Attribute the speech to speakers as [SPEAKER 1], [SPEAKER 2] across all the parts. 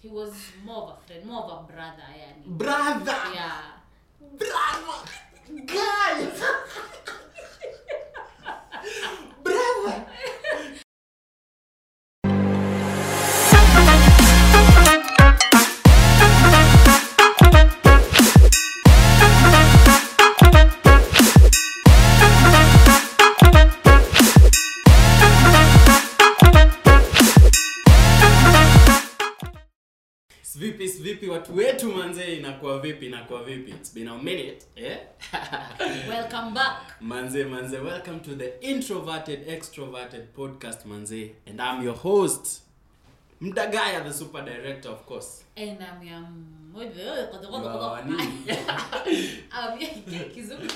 [SPEAKER 1] he was more of a friend more of a brother yani
[SPEAKER 2] brother
[SPEAKER 1] yeah
[SPEAKER 2] brother guys brother vipi vipi watu wetu manze inakuwa vipi inakuwa vipi it's been a minute eh?
[SPEAKER 1] welcome back
[SPEAKER 2] manze manze welcome to the introverted extroverted podcast manze and i'm your host mdagaya the super director of course
[SPEAKER 1] and I'm yam
[SPEAKER 2] You are our new-
[SPEAKER 1] I'm your- Kizungu.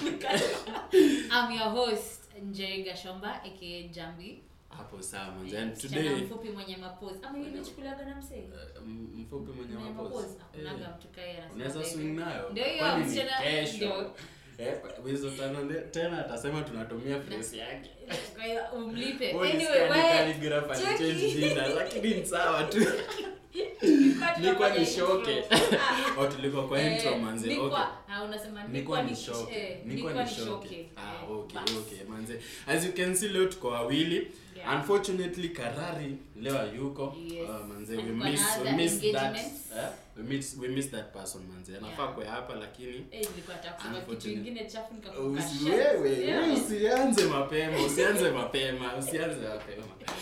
[SPEAKER 1] I'm your host Njeri Gashomba aka Jambi
[SPEAKER 2] hapo sawa manze and
[SPEAKER 1] Msichana
[SPEAKER 2] today
[SPEAKER 1] mfupi mwenye mapozi ama yule chukuliaga na msee
[SPEAKER 2] uh, m- mfupi mwenye
[SPEAKER 1] mwenye
[SPEAKER 2] mapozi Eh.
[SPEAKER 1] mapozi akunaga mtu kae anasema
[SPEAKER 2] unaweza
[SPEAKER 1] baby.
[SPEAKER 2] swing nayo
[SPEAKER 1] Ndio hiyo,
[SPEAKER 2] Kwani ni
[SPEAKER 1] msichana-
[SPEAKER 2] kesho
[SPEAKER 1] ndio.
[SPEAKER 2] Eh, wizo tano nde- tena atasema tunatumia phrase yake
[SPEAKER 1] Kwa hiyo umlipe
[SPEAKER 2] Huyu ni
[SPEAKER 1] anyway
[SPEAKER 2] Scandi
[SPEAKER 1] wewe
[SPEAKER 2] calligrapher,
[SPEAKER 1] cheki.
[SPEAKER 2] change jina, lakini ni sawa tu nilikuwa
[SPEAKER 1] tunafanya
[SPEAKER 2] nishoke
[SPEAKER 1] intro. Ah.
[SPEAKER 2] au Oh, tulikuwa kwa
[SPEAKER 1] Eh,
[SPEAKER 2] intro manze
[SPEAKER 1] nilikuwa-
[SPEAKER 2] okay
[SPEAKER 1] ah, unasema nilikuwa
[SPEAKER 2] nilikuwa
[SPEAKER 1] ni- eh,
[SPEAKER 2] nishoke
[SPEAKER 1] nilikuwa
[SPEAKER 2] nilikuwa nishoke
[SPEAKER 1] nishoke.
[SPEAKER 2] ah
[SPEAKER 1] Eh,
[SPEAKER 2] okay
[SPEAKER 1] basi.
[SPEAKER 2] okay manze as you can see leo tuko wawili
[SPEAKER 1] Yeah.
[SPEAKER 2] unfortunately karari leo hayuko
[SPEAKER 1] Yes.
[SPEAKER 2] Ah, manze we
[SPEAKER 1] Alikuwa na
[SPEAKER 2] miss we
[SPEAKER 1] other
[SPEAKER 2] miss that
[SPEAKER 1] engagements.
[SPEAKER 2] eh, we miss we miss that person manze anafaa
[SPEAKER 1] Yeah.
[SPEAKER 2] kwa hapa lakini
[SPEAKER 1] Eh, nilikuwa nataka kusema kitu
[SPEAKER 2] Unfortunately.
[SPEAKER 1] ingine chafu nikakumbuka.
[SPEAKER 2] Usi-
[SPEAKER 1] Shit.
[SPEAKER 2] wewe wewe
[SPEAKER 1] Yeah.
[SPEAKER 2] usianze mapema usianze mapema usianze mapema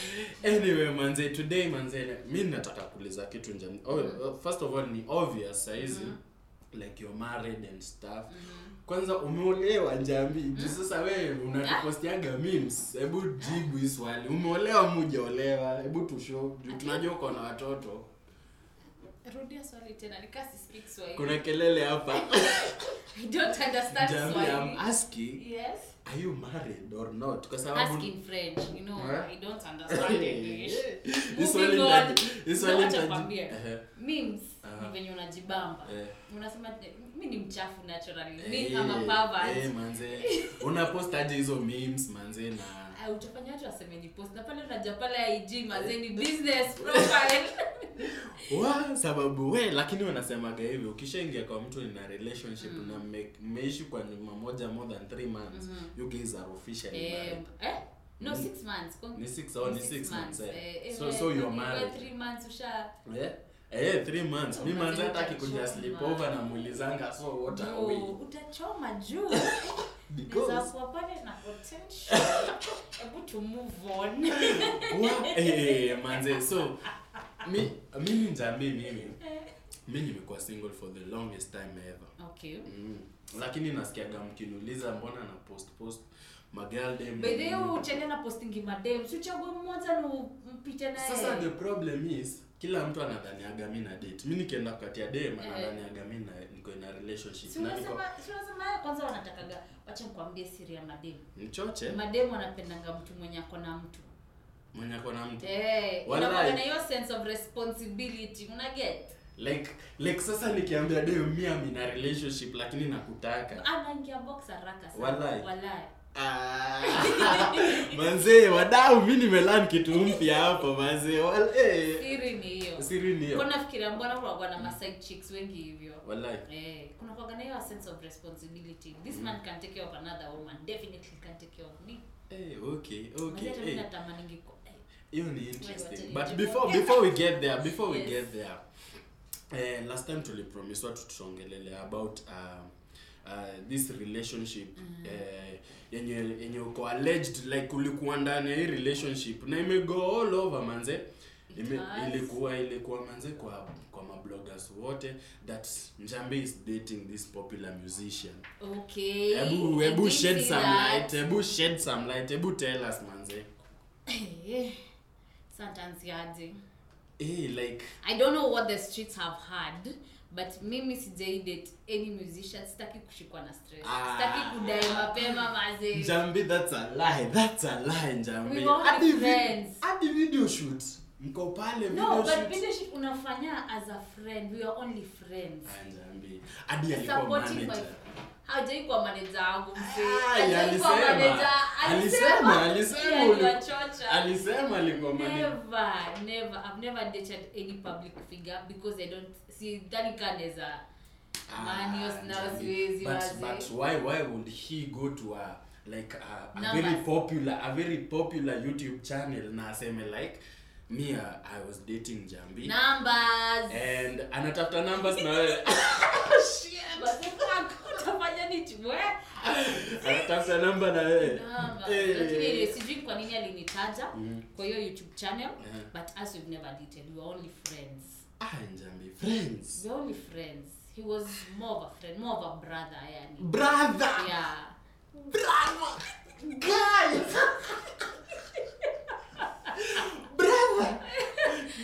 [SPEAKER 2] anyway manze today manze mi nataka kuuliza kitu njani oh, oh, first of all ni obvious saizi like you're married and stuff
[SPEAKER 1] Mm-hmm.
[SPEAKER 2] kwanza umeolewa njambi juu sasa wewe unatupostianga memes hebu jibu hii swali umeolewa mujaolewa hebu tusho juu tunajua uko na watoto
[SPEAKER 1] Rudia swali tena, nikaa sisikii Kiswahili.
[SPEAKER 2] kuna kelele hapa
[SPEAKER 1] I don't understand
[SPEAKER 2] jambi I'm
[SPEAKER 1] Swahili.
[SPEAKER 2] asking
[SPEAKER 1] Yes.
[SPEAKER 2] are you married or not kwa sababu
[SPEAKER 1] Ask in French, you know,
[SPEAKER 2] Huh?
[SPEAKER 1] I don't understand English.
[SPEAKER 2] Hii swali
[SPEAKER 1] Moving
[SPEAKER 2] nita-
[SPEAKER 1] on.
[SPEAKER 2] hii swali
[SPEAKER 1] Na wacha
[SPEAKER 2] nitaji-
[SPEAKER 1] kwambie.
[SPEAKER 2] Ehe.
[SPEAKER 1] Memes,
[SPEAKER 2] Aha.
[SPEAKER 1] ni venye unajibamba
[SPEAKER 2] Uh-huh. Eh.
[SPEAKER 1] unasema mi ni mchafu naturally mi
[SPEAKER 2] Eh,
[SPEAKER 1] hey, ama pervert
[SPEAKER 2] eh, manze unapostaje hizo memes manze na
[SPEAKER 1] Ah, utafanya watu waseme ni post na pale unaja pale ig mazeni
[SPEAKER 2] Eh.
[SPEAKER 1] business profile
[SPEAKER 2] wa sababu we lakini wanasemaga hivi ukishaingia kwa mtu ina relationship mm. na mme- mmeishi kwa nyuma moja more than 3 months
[SPEAKER 1] Mhm.
[SPEAKER 2] you guys are officially
[SPEAKER 1] eh,
[SPEAKER 2] married.
[SPEAKER 1] eh? no
[SPEAKER 2] Mm.
[SPEAKER 1] six months Kwa-
[SPEAKER 2] Ni six- oh, ni
[SPEAKER 1] six
[SPEAKER 2] six months, eh.
[SPEAKER 1] Eh, eh,
[SPEAKER 2] So-
[SPEAKER 1] wewe-
[SPEAKER 2] so you're
[SPEAKER 1] wewe
[SPEAKER 2] married.
[SPEAKER 1] three months usha
[SPEAKER 2] Eh? Eh, 3 months mi manze hata akikuja
[SPEAKER 1] Unachoma.
[SPEAKER 2] slipover na mulizanga so what are we
[SPEAKER 1] juu utachoma juu
[SPEAKER 2] because
[SPEAKER 1] nizakuwa pale na potential hebu to move on
[SPEAKER 2] Wa- eh, manze so mi mimi njambi mimi mi nimekuwa single for the longest time ever
[SPEAKER 1] okay
[SPEAKER 2] mm. lakini nasikiaga mkiniuliza mbona na post post
[SPEAKER 1] bedheo
[SPEAKER 2] magalde
[SPEAKER 1] uchende na postingi madem siuchague mmoja ni mpite naye
[SPEAKER 2] sasa the problem is kila mtu anadhaniaga mi na date mi nikienda kukatia dem
[SPEAKER 1] Eh.
[SPEAKER 2] anadhaniaga mi na- niko na relationship
[SPEAKER 1] Si
[SPEAKER 2] na niko
[SPEAKER 1] unasema- si unasema haya kwanza wanatakaga wacha nikuambie siri ya madem
[SPEAKER 2] mchoche
[SPEAKER 1] madem wanapendanga mtu mwenye ako na mtu
[SPEAKER 2] mwenye ako na mtu
[SPEAKER 1] Eh,
[SPEAKER 2] Walai.
[SPEAKER 1] unakuwaga na hiyo sense of responsibility una get
[SPEAKER 2] like like sasa nikiambia dem mi ami na relationship lakini nakutaka
[SPEAKER 1] anaingia box haraka sana
[SPEAKER 2] Walai.
[SPEAKER 1] Walai.
[SPEAKER 2] Ah. manzee wadau mi nimelan kitu mpya hapo manzee wal- eh.
[SPEAKER 1] siri ni hiyo
[SPEAKER 2] siri ni hiyo
[SPEAKER 1] Kwa nafikiria mbona kunakuwa na maside chicks wengi hivyo
[SPEAKER 2] Walai.
[SPEAKER 1] Eh, kunakuwaga na hiyo sense of responsibility this man can take care of another woman definitely can take care of me
[SPEAKER 2] Eh, okay
[SPEAKER 1] Unajua
[SPEAKER 2] okay
[SPEAKER 1] hata mimi
[SPEAKER 2] eh.
[SPEAKER 1] natamaningi ku- eh,
[SPEAKER 2] hiyo ni interesting
[SPEAKER 1] Ngoja
[SPEAKER 2] but
[SPEAKER 1] nijaribu.
[SPEAKER 2] before before we get there before we
[SPEAKER 1] Yes.
[SPEAKER 2] get there eh, last time tulipromiswa tutaongelelea about um, uh, this relationship
[SPEAKER 1] Mm.
[SPEAKER 2] eh, yenye yenye uko alleged like ulikuwa ndani ya hii relationship na imego all over manze Ime,
[SPEAKER 1] has.
[SPEAKER 2] ilikuwa ilikuwa manze kwa kwa mabloggers wote that njambe is dating this popular musician
[SPEAKER 1] okay
[SPEAKER 2] hebu
[SPEAKER 1] I
[SPEAKER 2] hebu
[SPEAKER 1] did
[SPEAKER 2] shed
[SPEAKER 1] see
[SPEAKER 2] some
[SPEAKER 1] that.
[SPEAKER 2] light hebu shed some light hebu tell us manze
[SPEAKER 1] Eh, sentence yaje
[SPEAKER 2] eh like
[SPEAKER 1] i don't know what the streets have had but mimi sijai date any musician sitaki kushikwa na stress
[SPEAKER 2] Ah.
[SPEAKER 1] sitaki kudai mapema maze
[SPEAKER 2] Jambi, that's a lie. That's a lie, Jambi.
[SPEAKER 1] We were only
[SPEAKER 2] Hadi vi-
[SPEAKER 1] friends.
[SPEAKER 2] hadi video shoot. mko
[SPEAKER 1] no
[SPEAKER 2] pale video
[SPEAKER 1] but
[SPEAKER 2] shoot.
[SPEAKER 1] videoship unafanya as a friend we are only friends
[SPEAKER 2] Anjaambi. hadi Ah, alikuwa
[SPEAKER 1] Supporting
[SPEAKER 2] manager
[SPEAKER 1] haujaikuwa maneja wangu
[SPEAKER 2] Ah, ya, alisema. Alisema, alisema uli-
[SPEAKER 1] mzeealiwachocha
[SPEAKER 2] alisema alikuwa manager
[SPEAKER 1] never never i've never dated any public figure because i don't see that card as a Manios na
[SPEAKER 2] Jambi.
[SPEAKER 1] wasiwezi
[SPEAKER 2] Ah, but,
[SPEAKER 1] wazi.
[SPEAKER 2] but why why would he go to a like a, a
[SPEAKER 1] Numbers.
[SPEAKER 2] very popular a very popular YouTube channel na aseme like me uh, I was dating Jambi
[SPEAKER 1] numbers
[SPEAKER 2] and anatafuta numbers na wewe
[SPEAKER 1] But the fuck, utafanya nini we?
[SPEAKER 2] anatafuta number na wewe
[SPEAKER 1] Numbers.
[SPEAKER 2] Eh.
[SPEAKER 1] Lakini anyway, sijui kwa nini alinitaja
[SPEAKER 2] Mm.
[SPEAKER 1] kwa hiyo youtube channel
[SPEAKER 2] Eh.
[SPEAKER 1] but us we've never dated we were only friends
[SPEAKER 2] ah Jambi friends
[SPEAKER 1] we were only friends he was more of a friend more of a brother yani
[SPEAKER 2] brother
[SPEAKER 1] yeah
[SPEAKER 2] brother guys brother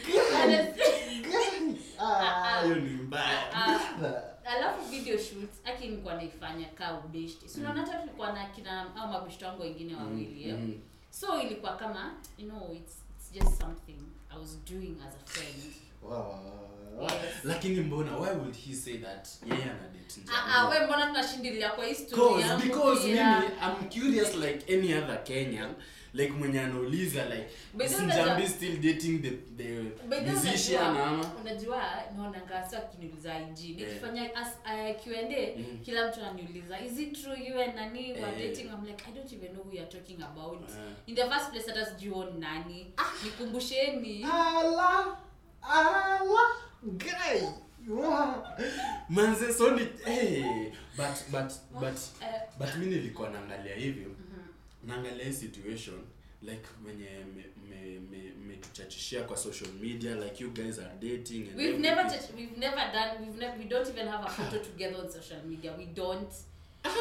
[SPEAKER 2] guys
[SPEAKER 1] Honestly.
[SPEAKER 2] guys ah hiyo ni mbaya
[SPEAKER 1] Ah.
[SPEAKER 2] brother
[SPEAKER 1] alafu video shoot aki nilikuwa naifanya kaa ubeshti si unaona hata tulikuwa na kina au mabeshti wangu wengine wawili eh.
[SPEAKER 2] Mhm.
[SPEAKER 1] so ilikuwa kama you know it's, it's just something i was doing as a friend
[SPEAKER 2] Wow, wow, wow, wow.
[SPEAKER 1] Yes.
[SPEAKER 2] lakini mbona why would he say that yeye ana date
[SPEAKER 1] ah ah we mbona tunashindilia kwa hii story
[SPEAKER 2] Because,
[SPEAKER 1] yangu
[SPEAKER 2] because
[SPEAKER 1] pia?
[SPEAKER 2] mimi I'm curious like any other Kenyan like mwenye anauliza like
[SPEAKER 1] But
[SPEAKER 2] is
[SPEAKER 1] then
[SPEAKER 2] Njambi
[SPEAKER 1] there's
[SPEAKER 2] still dating the the
[SPEAKER 1] By the way,
[SPEAKER 2] musician
[SPEAKER 1] unajua-
[SPEAKER 2] ama
[SPEAKER 1] unajua naonanga sa akiniuliza IG nikifanya as- eh, Q&A
[SPEAKER 2] Mm.
[SPEAKER 1] kila mtu ananiuliza is it true you and nani were
[SPEAKER 2] Eh.
[SPEAKER 1] dating I'm like I don't even know who you're talking about
[SPEAKER 2] Eh.
[SPEAKER 1] in the first place hata sijui huo ni nani nikumbusheni
[SPEAKER 2] ala ala guy wow. manze so ni hey, but but but
[SPEAKER 1] Eh,
[SPEAKER 2] but mi nilikuwa naangalia hivi
[SPEAKER 1] mhm.
[SPEAKER 2] naangalia hii situation like wenye mmetuchachishia kwa social media like you guys are dating and
[SPEAKER 1] We've
[SPEAKER 2] everything.
[SPEAKER 1] never touched, we've never done we've never we don't even have a photo together on social media. We don't.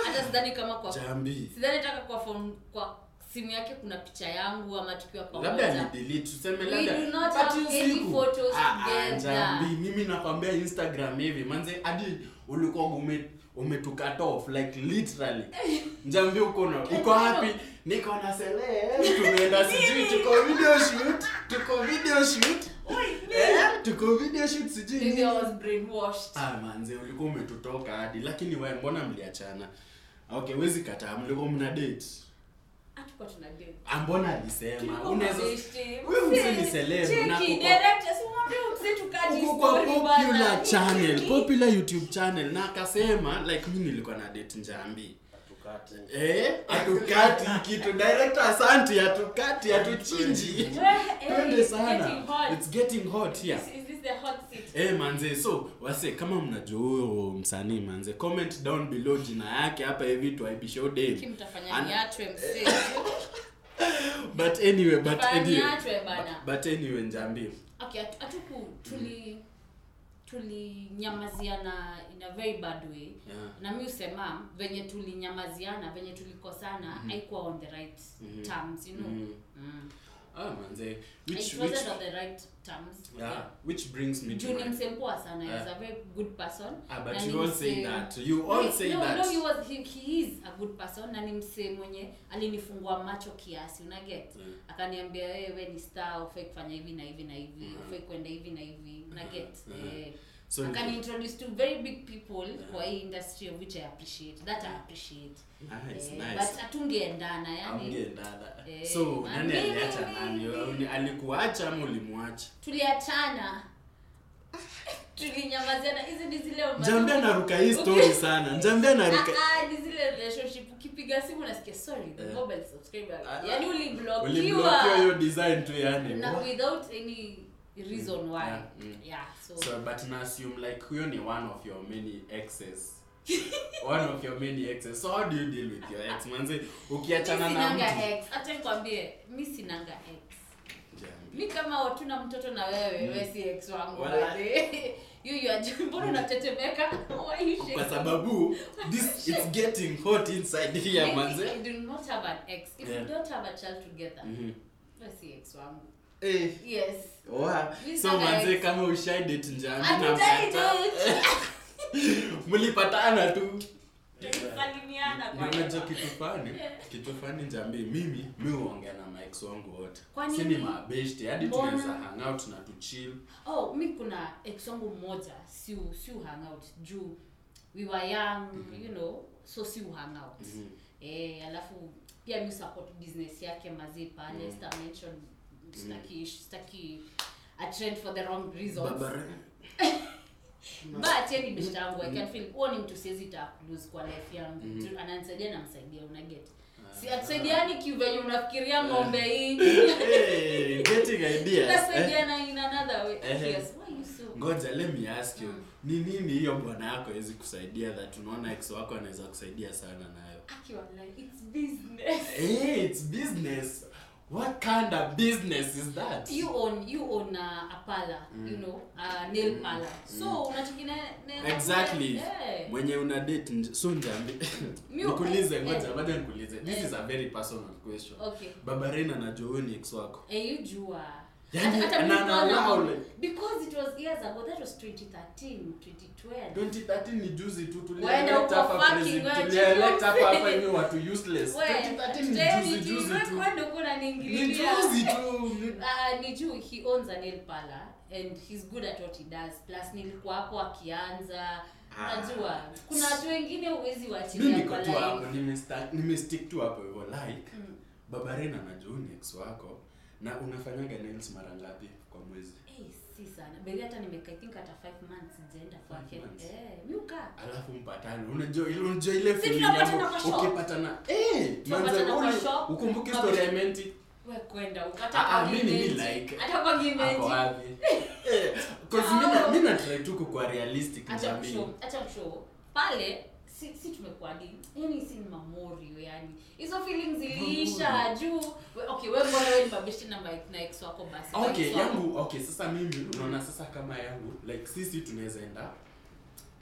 [SPEAKER 1] Hata sidhani kama kwa
[SPEAKER 2] jambi
[SPEAKER 1] sidhani taka kwa phone kwa simu yake kuna picha yangu ama tukiwa
[SPEAKER 2] labda
[SPEAKER 1] pamoja.
[SPEAKER 2] nidelete tuseme
[SPEAKER 1] Oh, We
[SPEAKER 2] labda
[SPEAKER 1] do not
[SPEAKER 2] but
[SPEAKER 1] have
[SPEAKER 2] hiyo
[SPEAKER 1] any
[SPEAKER 2] siku-
[SPEAKER 1] photos
[SPEAKER 2] Ah, ah,
[SPEAKER 1] together.
[SPEAKER 2] jambi mimi nakwambia instagram hivi manze hadi ulikuwa ume umetukat off like literally njambi uko na uko hapi niko na sele tumeenda sijui tuko video shoot tuko video shoot eh, tuko video shoot sijui
[SPEAKER 1] Maybe
[SPEAKER 2] nini.
[SPEAKER 1] I was brainwashed.
[SPEAKER 2] ah manze ulikuwa umetutoka hadi lakini wewe mbona mliachana okay wezi kataa mlikuwa mna date
[SPEAKER 1] Hatukuwa tuna date.
[SPEAKER 2] Ah, mbona alisema
[SPEAKER 1] Tulikuwa
[SPEAKER 2] unaweza
[SPEAKER 1] mabeshte.
[SPEAKER 2] wewe mzee ni celeb na
[SPEAKER 1] Cheki,
[SPEAKER 2] kuko-
[SPEAKER 1] director, si mwambie huyu mzee tukaje
[SPEAKER 2] uko kwa
[SPEAKER 1] story bana.
[SPEAKER 2] popular channel popular youtube channel na akasema like mi nilikuwa na date njambi eh hatukati kitu director asanti hatukati hatuchinji
[SPEAKER 1] Eh, eh,
[SPEAKER 2] twende
[SPEAKER 1] it's
[SPEAKER 2] sana
[SPEAKER 1] getting hot.
[SPEAKER 2] it's getting hot here
[SPEAKER 1] Is- is this the hot seat?
[SPEAKER 2] Eh manze so wase kama mnajua huyo msanii manze comment down below jina yake hapa hivi tuaibishe udem
[SPEAKER 1] Kimtafanya
[SPEAKER 2] Eh, Ana- eh,
[SPEAKER 1] niachwe mzee.
[SPEAKER 2] but anyway but anyway
[SPEAKER 1] Tufanyiatwe bana.
[SPEAKER 2] but anyway njambi
[SPEAKER 1] okay hatu- hatuku tuli tulinyamaziana in a very bad way
[SPEAKER 2] Yeah.
[SPEAKER 1] na mi usema venye tulinyamaziana venye tulikosana haikuwa on the right terms you know
[SPEAKER 2] Mhm.
[SPEAKER 1] mm.
[SPEAKER 2] ah manze
[SPEAKER 1] it
[SPEAKER 2] which which
[SPEAKER 1] wasn't on the right terms
[SPEAKER 2] yeah which brings me to
[SPEAKER 1] juu ni
[SPEAKER 2] my
[SPEAKER 1] msempoa sana he was
[SPEAKER 2] Yeah.
[SPEAKER 1] a very good person
[SPEAKER 2] ah but
[SPEAKER 1] na ni
[SPEAKER 2] you all say
[SPEAKER 1] mse-
[SPEAKER 2] that Eh. you all
[SPEAKER 1] Wait,
[SPEAKER 2] say
[SPEAKER 1] no,
[SPEAKER 2] that
[SPEAKER 1] no, he was, he, he is a good person na ni msee mwenye alinifungua macho kiasi unaget
[SPEAKER 2] Yeah.
[SPEAKER 1] akaniambia wewe ni star ufai kufanya hivi na hivi na hivi ufai kwenda hivi na hivi unaget
[SPEAKER 2] Mhm.
[SPEAKER 1] eh.
[SPEAKER 2] Mm-hmm. so
[SPEAKER 1] I can introduce to very big people kwa hii industry of which I appreciate that I appreciate
[SPEAKER 2] nice
[SPEAKER 1] Eh,
[SPEAKER 2] Mm-hmm. ah, nice
[SPEAKER 1] but hatungeendana yani
[SPEAKER 2] Hamge dada.
[SPEAKER 1] Eh,
[SPEAKER 2] so
[SPEAKER 1] na
[SPEAKER 2] nani
[SPEAKER 1] mimi-
[SPEAKER 2] aliacha nani Uni- alikuacha ama ulimwacha
[SPEAKER 1] tuliachana tulinyamaziana hizi ni zile ambazo-
[SPEAKER 2] njambi anaruka hii story
[SPEAKER 1] Okay.
[SPEAKER 2] sana njambi anaruka
[SPEAKER 1] Ah, ah, ni zile relationship ukipiga simu unasikia sorry the
[SPEAKER 2] Eh.
[SPEAKER 1] mobile subscriber
[SPEAKER 2] Ah,
[SPEAKER 1] yani
[SPEAKER 2] uliblokiwa hiyo
[SPEAKER 1] uliblokiwa
[SPEAKER 2] design tu yani
[SPEAKER 1] na
[SPEAKER 2] What?
[SPEAKER 1] without any reason why
[SPEAKER 2] Yeah, mm.
[SPEAKER 1] yeah so,
[SPEAKER 2] so but na assume like huyo ni one of your many exes one of your many exes so how do you deal with your ex manze
[SPEAKER 1] mi
[SPEAKER 2] ukiachana na mtu
[SPEAKER 1] sinanga ex hata nikwambie mi sinanga ex
[SPEAKER 2] Jambi.
[SPEAKER 1] mi kama watuna mtoto na wewe mm. we si ex wangu
[SPEAKER 2] Wala. Mm.
[SPEAKER 1] by the way. you you are ju- mbona unatetemeka why you shake
[SPEAKER 2] kwa sababu this it's getting hot inside here
[SPEAKER 1] Maybe
[SPEAKER 2] manze
[SPEAKER 1] you do not have an ex if
[SPEAKER 2] Yeah.
[SPEAKER 1] you don't have a child together
[SPEAKER 2] Mhm.
[SPEAKER 1] we si ex wangu
[SPEAKER 2] eh
[SPEAKER 1] yes
[SPEAKER 2] Oha.
[SPEAKER 1] Please
[SPEAKER 2] so
[SPEAKER 1] don't
[SPEAKER 2] manze
[SPEAKER 1] guys.
[SPEAKER 2] kama ushaidet njambi na
[SPEAKER 1] Hatudai
[SPEAKER 2] mkata-
[SPEAKER 1] date.
[SPEAKER 2] mlipatana tu
[SPEAKER 1] tukisalimiana kwa
[SPEAKER 2] unajua
[SPEAKER 1] hapa.
[SPEAKER 2] kitu fani kitu fani jambi mimi mi huongea na mix wangu wote
[SPEAKER 1] Kwa
[SPEAKER 2] si ni
[SPEAKER 1] nini?
[SPEAKER 2] mabeshti hadi
[SPEAKER 1] Mbona?
[SPEAKER 2] tunaweza hang out na tuchill
[SPEAKER 1] oh mi kuna ex wangu mmoja si si hangout juu we were young you know so si hangout
[SPEAKER 2] Mhm.
[SPEAKER 1] eh alafu pia mi support business yake mazi pale
[SPEAKER 2] Mhm.
[SPEAKER 1] sita mention sitaki sitaki a trend for the wrong reasons
[SPEAKER 2] Barbara.
[SPEAKER 1] but yani best yangu
[SPEAKER 2] Mhm.
[SPEAKER 1] i can feel huo ni mtu siwezi ta lose kwa life yangu mm. ananisaidia namsaidia unaget
[SPEAKER 2] Ah,
[SPEAKER 1] si atusaidiani kivenye unafikiria ng'ombe hii
[SPEAKER 2] Eh. Hey, Eh. getting ideas eh?
[SPEAKER 1] tunasaidiana in another way
[SPEAKER 2] Ehe.
[SPEAKER 1] yes why you so
[SPEAKER 2] ngoja let me ask
[SPEAKER 1] Mm.
[SPEAKER 2] you ni nini hiyo bwana yako hawezi kusaidia that unaona ex wako anaweza kusaidia sana nayo
[SPEAKER 1] Akiwa like, it's business.
[SPEAKER 2] hey, it's business what kind of business is that
[SPEAKER 1] You own you own uh, a parlor,
[SPEAKER 2] Mm.
[SPEAKER 1] you know, a nail parlor. So unachokina na-
[SPEAKER 2] exactly
[SPEAKER 1] Eh.
[SPEAKER 2] mwenye una date nj- so njambi
[SPEAKER 1] Miu-
[SPEAKER 2] nikuulize
[SPEAKER 1] eh.
[SPEAKER 2] ngoja baada nikuulize this is a very personal question
[SPEAKER 1] Okay.
[SPEAKER 2] baba Rina anajua huyu ni ex wako
[SPEAKER 1] Eh, you jua.
[SPEAKER 2] Yani,
[SPEAKER 1] Hata- hata
[SPEAKER 2] na-
[SPEAKER 1] mimi
[SPEAKER 2] na-
[SPEAKER 1] naona-
[SPEAKER 2] na- na-
[SPEAKER 1] Because it was years ago, that was 2013, 2012.
[SPEAKER 2] 2013 ni juzi tu
[SPEAKER 1] Waenda
[SPEAKER 2] tulielect
[SPEAKER 1] huko
[SPEAKER 2] hapa
[SPEAKER 1] fucking
[SPEAKER 2] president-
[SPEAKER 1] wewe,
[SPEAKER 2] tulielect hapa hapa
[SPEAKER 1] chicken.
[SPEAKER 2] nyi watu useless
[SPEAKER 1] Wewe,
[SPEAKER 2] 2013 ni
[SPEAKER 1] today
[SPEAKER 2] juzi
[SPEAKER 1] nijui,
[SPEAKER 2] juzi
[SPEAKER 1] wewe
[SPEAKER 2] tu
[SPEAKER 1] kwani uko
[SPEAKER 2] ni
[SPEAKER 1] unaniingililia?
[SPEAKER 2] juzi tu
[SPEAKER 1] Uh, niju he owns a nail parlor and he's good at what he does plus nilikuwa hapo akianza
[SPEAKER 2] Ah.
[SPEAKER 1] najua kuna watu wengine uwezi
[SPEAKER 2] mi
[SPEAKER 1] wachilia
[SPEAKER 2] niko
[SPEAKER 1] kwa
[SPEAKER 2] tu hapo
[SPEAKER 1] line.
[SPEAKER 2] nimesta- nimestick tu hapo hivyo like
[SPEAKER 1] Mm.
[SPEAKER 2] baba Rina anajua huyu ni ex wako na unafanyaga nails mara ngapi kwa mwezi
[SPEAKER 1] Eh, si sana beli hata nimeka i think hata 5 months sijaenda kwake
[SPEAKER 2] Five months.
[SPEAKER 1] eh mi ukaa
[SPEAKER 2] alafu mpatane unajua ile unajua ile
[SPEAKER 1] Si
[SPEAKER 2] feeling
[SPEAKER 1] tunapatana
[SPEAKER 2] yako
[SPEAKER 1] kwa shop.
[SPEAKER 2] ukipatana eh
[SPEAKER 1] Tunapatana
[SPEAKER 2] manze,
[SPEAKER 1] kwa
[SPEAKER 2] ule-
[SPEAKER 1] shop.
[SPEAKER 2] ukumbuke
[SPEAKER 1] Kwa
[SPEAKER 2] story
[SPEAKER 1] shop.
[SPEAKER 2] ya menti
[SPEAKER 1] we kwenda huko,
[SPEAKER 2] Ah, ah,
[SPEAKER 1] hata kwa
[SPEAKER 2] mimi ni
[SPEAKER 1] givenchy.
[SPEAKER 2] like-
[SPEAKER 1] hata kwa
[SPEAKER 2] ako
[SPEAKER 1] givenchy
[SPEAKER 2] wapi eh cause mimi na mimi na try tu kwa realistic
[SPEAKER 1] acha
[SPEAKER 2] jamii
[SPEAKER 1] kushow acha kushow pale si, si tumekuwa di yani si ni mamorio yani hizo feelings ziliisha juu we, okay wewe mbona wewe ni mabeshte na ma- na ex wako basi Kwa
[SPEAKER 2] okay
[SPEAKER 1] ex wako-
[SPEAKER 2] yangu okay sasa mimi unaona sasa kama yangu like sisi tunaweza enda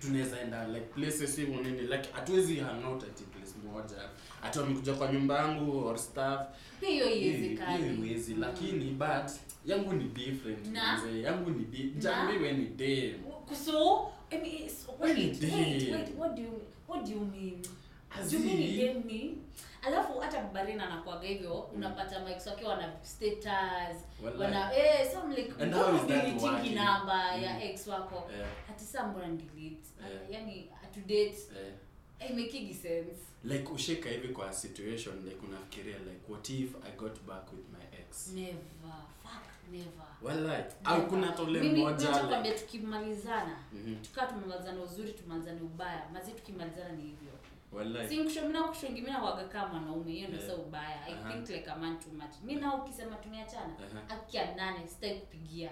[SPEAKER 2] tunaweza enda like places hivo nini like hatuwezi hang out at place moja hata wamekuja kwa nyumba yangu or stuff
[SPEAKER 1] pia hiyo Mm.
[SPEAKER 2] hiyo
[SPEAKER 1] iwezekani
[SPEAKER 2] iwezi lakini but yangu ni different
[SPEAKER 1] Na?
[SPEAKER 2] mzee yangu ni di- jambi we ni dem
[SPEAKER 1] so I mean, it's- wait,
[SPEAKER 2] Ni
[SPEAKER 1] wait,
[SPEAKER 2] dem.
[SPEAKER 1] wait, what do you- what do you mean?
[SPEAKER 2] Azi.
[SPEAKER 1] Do you mean ni dem ni? alafu hata barina anakuaga hivyo
[SPEAKER 2] Hmm.
[SPEAKER 1] unapata mics wake wana status
[SPEAKER 2] Wallahi.
[SPEAKER 1] wana eh, so I'm like,
[SPEAKER 2] And how is
[SPEAKER 1] mbona
[SPEAKER 2] that
[SPEAKER 1] deleting
[SPEAKER 2] working?
[SPEAKER 1] namba
[SPEAKER 2] Mm.
[SPEAKER 1] ya ex wako
[SPEAKER 2] Eh.
[SPEAKER 1] ati saa mbona delete
[SPEAKER 2] Eh.
[SPEAKER 1] yani to date
[SPEAKER 2] eh,
[SPEAKER 1] haimekigi sense
[SPEAKER 2] like usheka hivi kwa situation like unafikiria like what if i got back with my
[SPEAKER 1] Mm.
[SPEAKER 2] ex
[SPEAKER 1] never fuck never
[SPEAKER 2] walai au kuna tole
[SPEAKER 1] Mimi-
[SPEAKER 2] moja
[SPEAKER 1] mimi
[SPEAKER 2] like,
[SPEAKER 1] nakwambia tukimalizana
[SPEAKER 2] Mhm.
[SPEAKER 1] tukaa tumemalizana uzuri tumalizane ubaya mazi tukimalizana ni hivyo
[SPEAKER 2] walai
[SPEAKER 1] si mkusho mina kushongi mina waga kama mwanaume hiyo ndio
[SPEAKER 2] Eh.
[SPEAKER 1] sasa ubaya i
[SPEAKER 2] Aha.
[SPEAKER 1] think like a man too much mi nao ukisema tumeachana
[SPEAKER 2] Aha.
[SPEAKER 1] akia nane sitai kupigia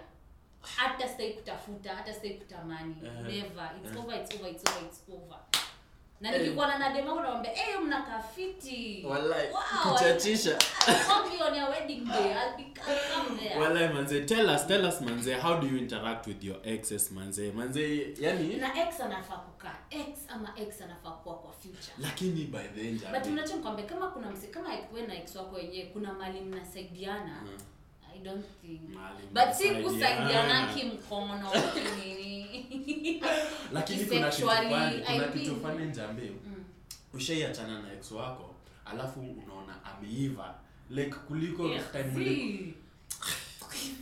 [SPEAKER 1] hata sitai kutafuta hata sitai kutamani
[SPEAKER 2] Aha.
[SPEAKER 1] never it's
[SPEAKER 2] Aha.
[SPEAKER 1] over it's over it's over it's over na
[SPEAKER 2] Eh.
[SPEAKER 1] nikikuwa na nadema wangu nawaambia eh mnakaa fiti
[SPEAKER 2] walai
[SPEAKER 1] Wow,
[SPEAKER 2] kuchachisha
[SPEAKER 1] I'll come on your wedding day I'll be come there
[SPEAKER 2] walai manze tell us tell us manze how do you interact with your exes manze manze yani
[SPEAKER 1] na x anafaa kukaa x ama x anafaa kuwa kwa future
[SPEAKER 2] lakini by the end
[SPEAKER 1] but
[SPEAKER 2] jambi
[SPEAKER 1] unachomkwambia kama kuna mse kama we na ex wako wenyewe kuna mali mnasaidiana
[SPEAKER 2] Mhm.
[SPEAKER 1] i don't think
[SPEAKER 2] Mahali
[SPEAKER 1] but si
[SPEAKER 2] mnasaidiana.
[SPEAKER 1] kusaidiana kimkono kinini
[SPEAKER 2] lakini kuna kitu
[SPEAKER 1] Sexually,
[SPEAKER 2] fulani- kuna
[SPEAKER 1] I
[SPEAKER 2] kitu
[SPEAKER 1] think.
[SPEAKER 2] fani njambi ushaiachana na ex wako alafu unaona ameiva like kuliko
[SPEAKER 1] Yeah.
[SPEAKER 2] time uliko-
[SPEAKER 1] See.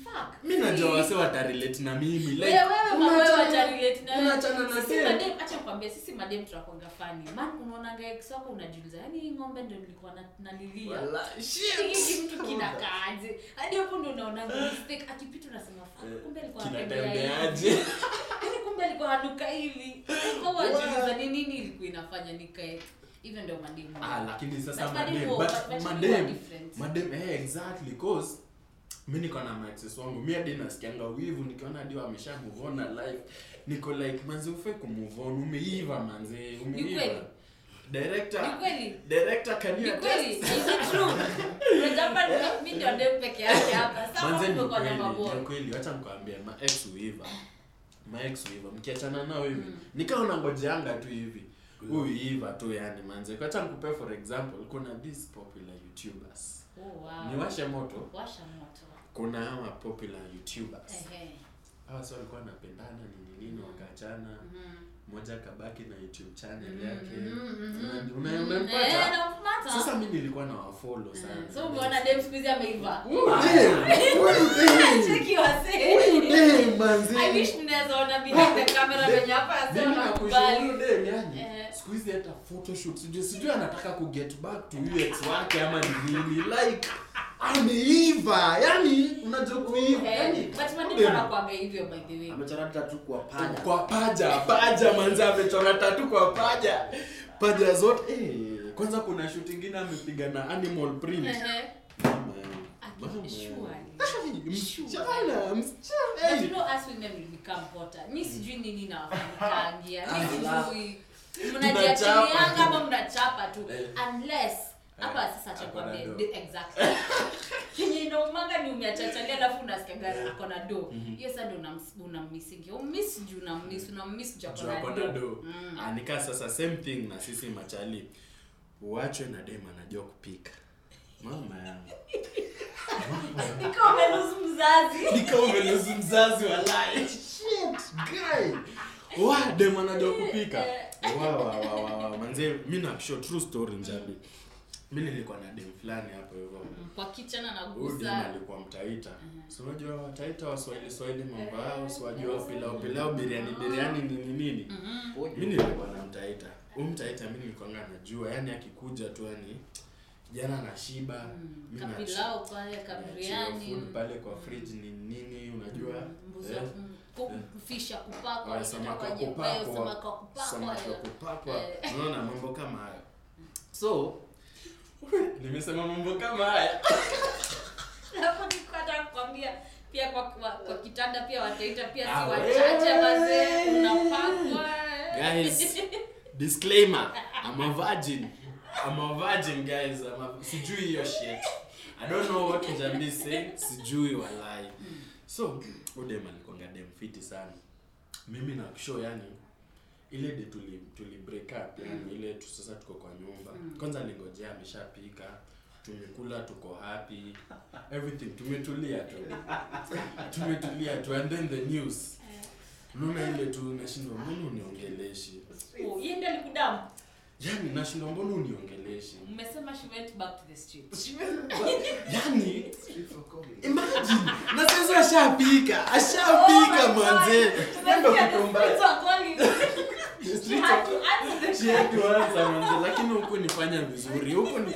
[SPEAKER 1] Fuck.
[SPEAKER 2] mi najua
[SPEAKER 1] See.
[SPEAKER 2] wase watarelate na mimi like,
[SPEAKER 1] Wewe- wewe ma- wewe
[SPEAKER 2] unaachana-
[SPEAKER 1] watarelate na wewe.
[SPEAKER 2] unaachana na
[SPEAKER 1] Sisi
[SPEAKER 2] dem.
[SPEAKER 1] madem- acha nikwambie, sisi madem tunakuanga funny. Man, unaonaga ex wako unajiuliza yani hii ng'ombe ndo nilikuwa na- nalilia
[SPEAKER 2] Wala-
[SPEAKER 1] hiki
[SPEAKER 2] shit.
[SPEAKER 1] mtu kinakaaje hadi hapo ndo unaona mistake akipita unasema "Fuck,
[SPEAKER 2] Eh,
[SPEAKER 1] kumbe alikuwa anatembea hivi."
[SPEAKER 2] kinatembeaje
[SPEAKER 1] Yaani kumbe alikuwa hanuka hivi kama wajiuliza ni nini ilikuwa inafanya nikae hivyo ndio mademu
[SPEAKER 2] ah, lakini sasa
[SPEAKER 1] But madem
[SPEAKER 2] madem
[SPEAKER 1] wa-
[SPEAKER 2] but
[SPEAKER 1] but madem wa
[SPEAKER 2] madem
[SPEAKER 1] different.
[SPEAKER 2] madem eh exactly cause mi niko na maxes wangu mi hadi nasikianga wivu nikiona hadi wamesha move on na life niko like manze ufe kumove on umeiva manze
[SPEAKER 1] kweli.
[SPEAKER 2] umeiva director
[SPEAKER 1] Ni kweli.
[SPEAKER 2] director can you
[SPEAKER 1] ni
[SPEAKER 2] attest?
[SPEAKER 1] kweli is it true unajamba mimi ndio ndio peke yake hapa sasa
[SPEAKER 2] manze ni
[SPEAKER 1] ndio kwa
[SPEAKER 2] kweli
[SPEAKER 1] namba
[SPEAKER 2] ni
[SPEAKER 1] bora
[SPEAKER 2] kweli wacha nikuambia ma ex uiva ma ex uiva mkiachana nao hivi
[SPEAKER 1] Mm.
[SPEAKER 2] nikawa nangojeanga tu hivi uiva tu yani manze wacha nikupe for example kuna these popular youtubers
[SPEAKER 1] oh wow
[SPEAKER 2] niwashe moto
[SPEAKER 1] washa moto
[SPEAKER 2] kuna hawa popular youtubers
[SPEAKER 1] ehe Mm-hmm.
[SPEAKER 2] hawa si walikuwa wanapendana nini nini wakaachana
[SPEAKER 1] mhm
[SPEAKER 2] moja kabaki na youtube channel
[SPEAKER 1] Mhm,
[SPEAKER 2] yake
[SPEAKER 1] mhm, mhm.
[SPEAKER 2] Una- una-
[SPEAKER 1] Eh,
[SPEAKER 2] unampata
[SPEAKER 1] nampata.
[SPEAKER 2] sasa mi nilikuwa na wafolo
[SPEAKER 1] Mm,
[SPEAKER 2] sana
[SPEAKER 1] so umeona dem siku hizi ameiva
[SPEAKER 2] Huyu dem, huyu dem,
[SPEAKER 1] Cheki wasee.
[SPEAKER 2] huyu dem
[SPEAKER 1] I
[SPEAKER 2] manze.
[SPEAKER 1] wish mnaweza ona behind the camera
[SPEAKER 2] Dem-
[SPEAKER 1] venye hapa wasee
[SPEAKER 2] Mimi
[SPEAKER 1] wanakubali.
[SPEAKER 2] nakushauri dem yani.
[SPEAKER 1] Eh.
[SPEAKER 2] Siku hizi hata photoshoot sijui sijui anataka ku get back to huyu ex wake ama ni nini like ameiva yani unajua kuiva
[SPEAKER 1] Eh,
[SPEAKER 2] yani.
[SPEAKER 1] but madem
[SPEAKER 2] Dem,
[SPEAKER 1] wanakuwaga hivyo by the way.
[SPEAKER 3] amechora tatu kwa panya
[SPEAKER 2] Kwa paja, paja manze amechora tatu kwa paja. Paja zote. Eh, kwanza kuna shoot ingine amepiga na animal print.
[SPEAKER 1] Ehe.
[SPEAKER 2] Mama.
[SPEAKER 1] Aki-
[SPEAKER 2] Mama.
[SPEAKER 1] surely.
[SPEAKER 2] Ai, Msichana, msichana.
[SPEAKER 1] But you
[SPEAKER 2] Eh.
[SPEAKER 1] know us women will become hotter. Mi sijui nini nawafanyikangia. Mi
[SPEAKER 2] Ah,
[SPEAKER 1] sijui.
[SPEAKER 2] Tunachapa.
[SPEAKER 1] Mnajiachilianga ama mnachapa tu.
[SPEAKER 2] Eh.
[SPEAKER 1] Unless hapa
[SPEAKER 2] Eh,
[SPEAKER 1] sasa
[SPEAKER 2] ako
[SPEAKER 1] acha
[SPEAKER 2] na
[SPEAKER 1] kwambie
[SPEAKER 2] do.
[SPEAKER 1] de- exactly. Kenye inaumanga ni umeachachalia alafu unasikiaga ako na do.
[SPEAKER 2] Mhm.
[SPEAKER 1] Hiyo sasa ndio unam- unammissingi. Ummiss juu unammiss, unammiss juu ako
[SPEAKER 2] Juu
[SPEAKER 1] na
[SPEAKER 2] Mm. ako na
[SPEAKER 1] do.
[SPEAKER 2] do.
[SPEAKER 1] Mm.
[SPEAKER 2] Ah, nikaa sasa same thing na sisi machali uachwe na dem anajua kupika mama yangu
[SPEAKER 1] Ikawa umeluzu mzazi.
[SPEAKER 2] nikawa umeluzu mzazi walai shit guy wa dem anajua kupika wa wa wa wa, wa. manze mi nakusho true story njabi mi nilikuwa na dem fulani hapo hivyo
[SPEAKER 1] Kwa kitchen
[SPEAKER 2] huyu dem
[SPEAKER 1] anagusa.
[SPEAKER 2] alikuwa mtaita si unajua wataita waswahili swahili mambo yao siwajua pilau pilau biriani biriani nini nini mi nilikuwa namtaita umtaita mi nilikuanga najua yani akikuja tu yani jana nashiba mi na-
[SPEAKER 1] Kapilau Mm, pale,
[SPEAKER 2] nachiwa
[SPEAKER 1] kabriani.
[SPEAKER 2] food pale kwa fridge ni nini unajua
[SPEAKER 1] Mm, Mbuzi wa-
[SPEAKER 2] Eh,
[SPEAKER 1] mm, ku- fisha kupakwa,
[SPEAKER 2] wale samaki wa
[SPEAKER 1] waje- wale samaki wa
[SPEAKER 2] kupakwa
[SPEAKER 1] kupakwa,
[SPEAKER 2] samaki wa
[SPEAKER 1] eh.
[SPEAKER 2] kupakwa
[SPEAKER 1] Eh.
[SPEAKER 2] unaona mambo kama hayo so nimesema mambo kama haya
[SPEAKER 1] Hapo nilikuwa nataka kukwambia, pia kwa, kwa, kwa kitanda pia wataita pia si
[SPEAKER 2] Ah,
[SPEAKER 1] wachache
[SPEAKER 2] we.
[SPEAKER 1] mazee unapakwa eh.
[SPEAKER 2] guys disclaimer i'm a virgin i'm a virgin guys I'm a... sijui hiyo shit i don't know what jambi say sijui walai so udem alikonga dem fiti sana mimi na show yani ile de tuli, tuli break up yani ile tu sasa tuko kwa nyumba kwanza alingojea ameshapika tumekula tuko happy everything tumetulia tu tumetulia tu and then the news unaona ile tu nashindwa mbona uniongeleshi
[SPEAKER 1] Oh, yeye ndiye alikudam
[SPEAKER 2] yani Yaani, nashindwa mbona uniongeleshi
[SPEAKER 1] mmesema she went back to the street
[SPEAKER 2] yani
[SPEAKER 3] Streets of comedy.
[SPEAKER 2] Yaani, imagine na sasa ashapika ashapika
[SPEAKER 1] Oh my
[SPEAKER 2] manze
[SPEAKER 1] God.
[SPEAKER 2] Ndio
[SPEAKER 1] Unasikia
[SPEAKER 2] kitu
[SPEAKER 1] the streets
[SPEAKER 2] mbaya.
[SPEAKER 1] are calling.
[SPEAKER 2] The
[SPEAKER 1] She
[SPEAKER 2] streets
[SPEAKER 1] had
[SPEAKER 2] are-
[SPEAKER 1] to answer the
[SPEAKER 2] She had to answer manze lakini huku nifanya vizuri huku ni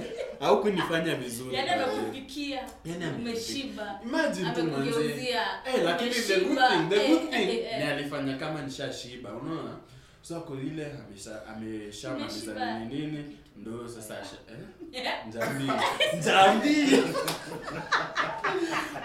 [SPEAKER 2] huku nifanya vizuri
[SPEAKER 1] Yaani
[SPEAKER 2] manze.
[SPEAKER 1] amekupikia
[SPEAKER 2] Yaani amekupikia.
[SPEAKER 1] umeshiba
[SPEAKER 2] imagine tu manze
[SPEAKER 1] amekugeuzia
[SPEAKER 2] Eh, lakini the good
[SPEAKER 1] umeshiba,
[SPEAKER 2] thing, the
[SPEAKER 1] eh,
[SPEAKER 2] good
[SPEAKER 1] eh,
[SPEAKER 2] thing
[SPEAKER 1] eh,
[SPEAKER 2] ni
[SPEAKER 1] eh.
[SPEAKER 2] alifanya kama nishashiba, unaona? So ako ile amesha- ameshamaliza
[SPEAKER 1] Nimeshiba.
[SPEAKER 2] nini nini, ndio sasa asha eh?
[SPEAKER 1] Yeah.
[SPEAKER 2] Njambi. Njambi.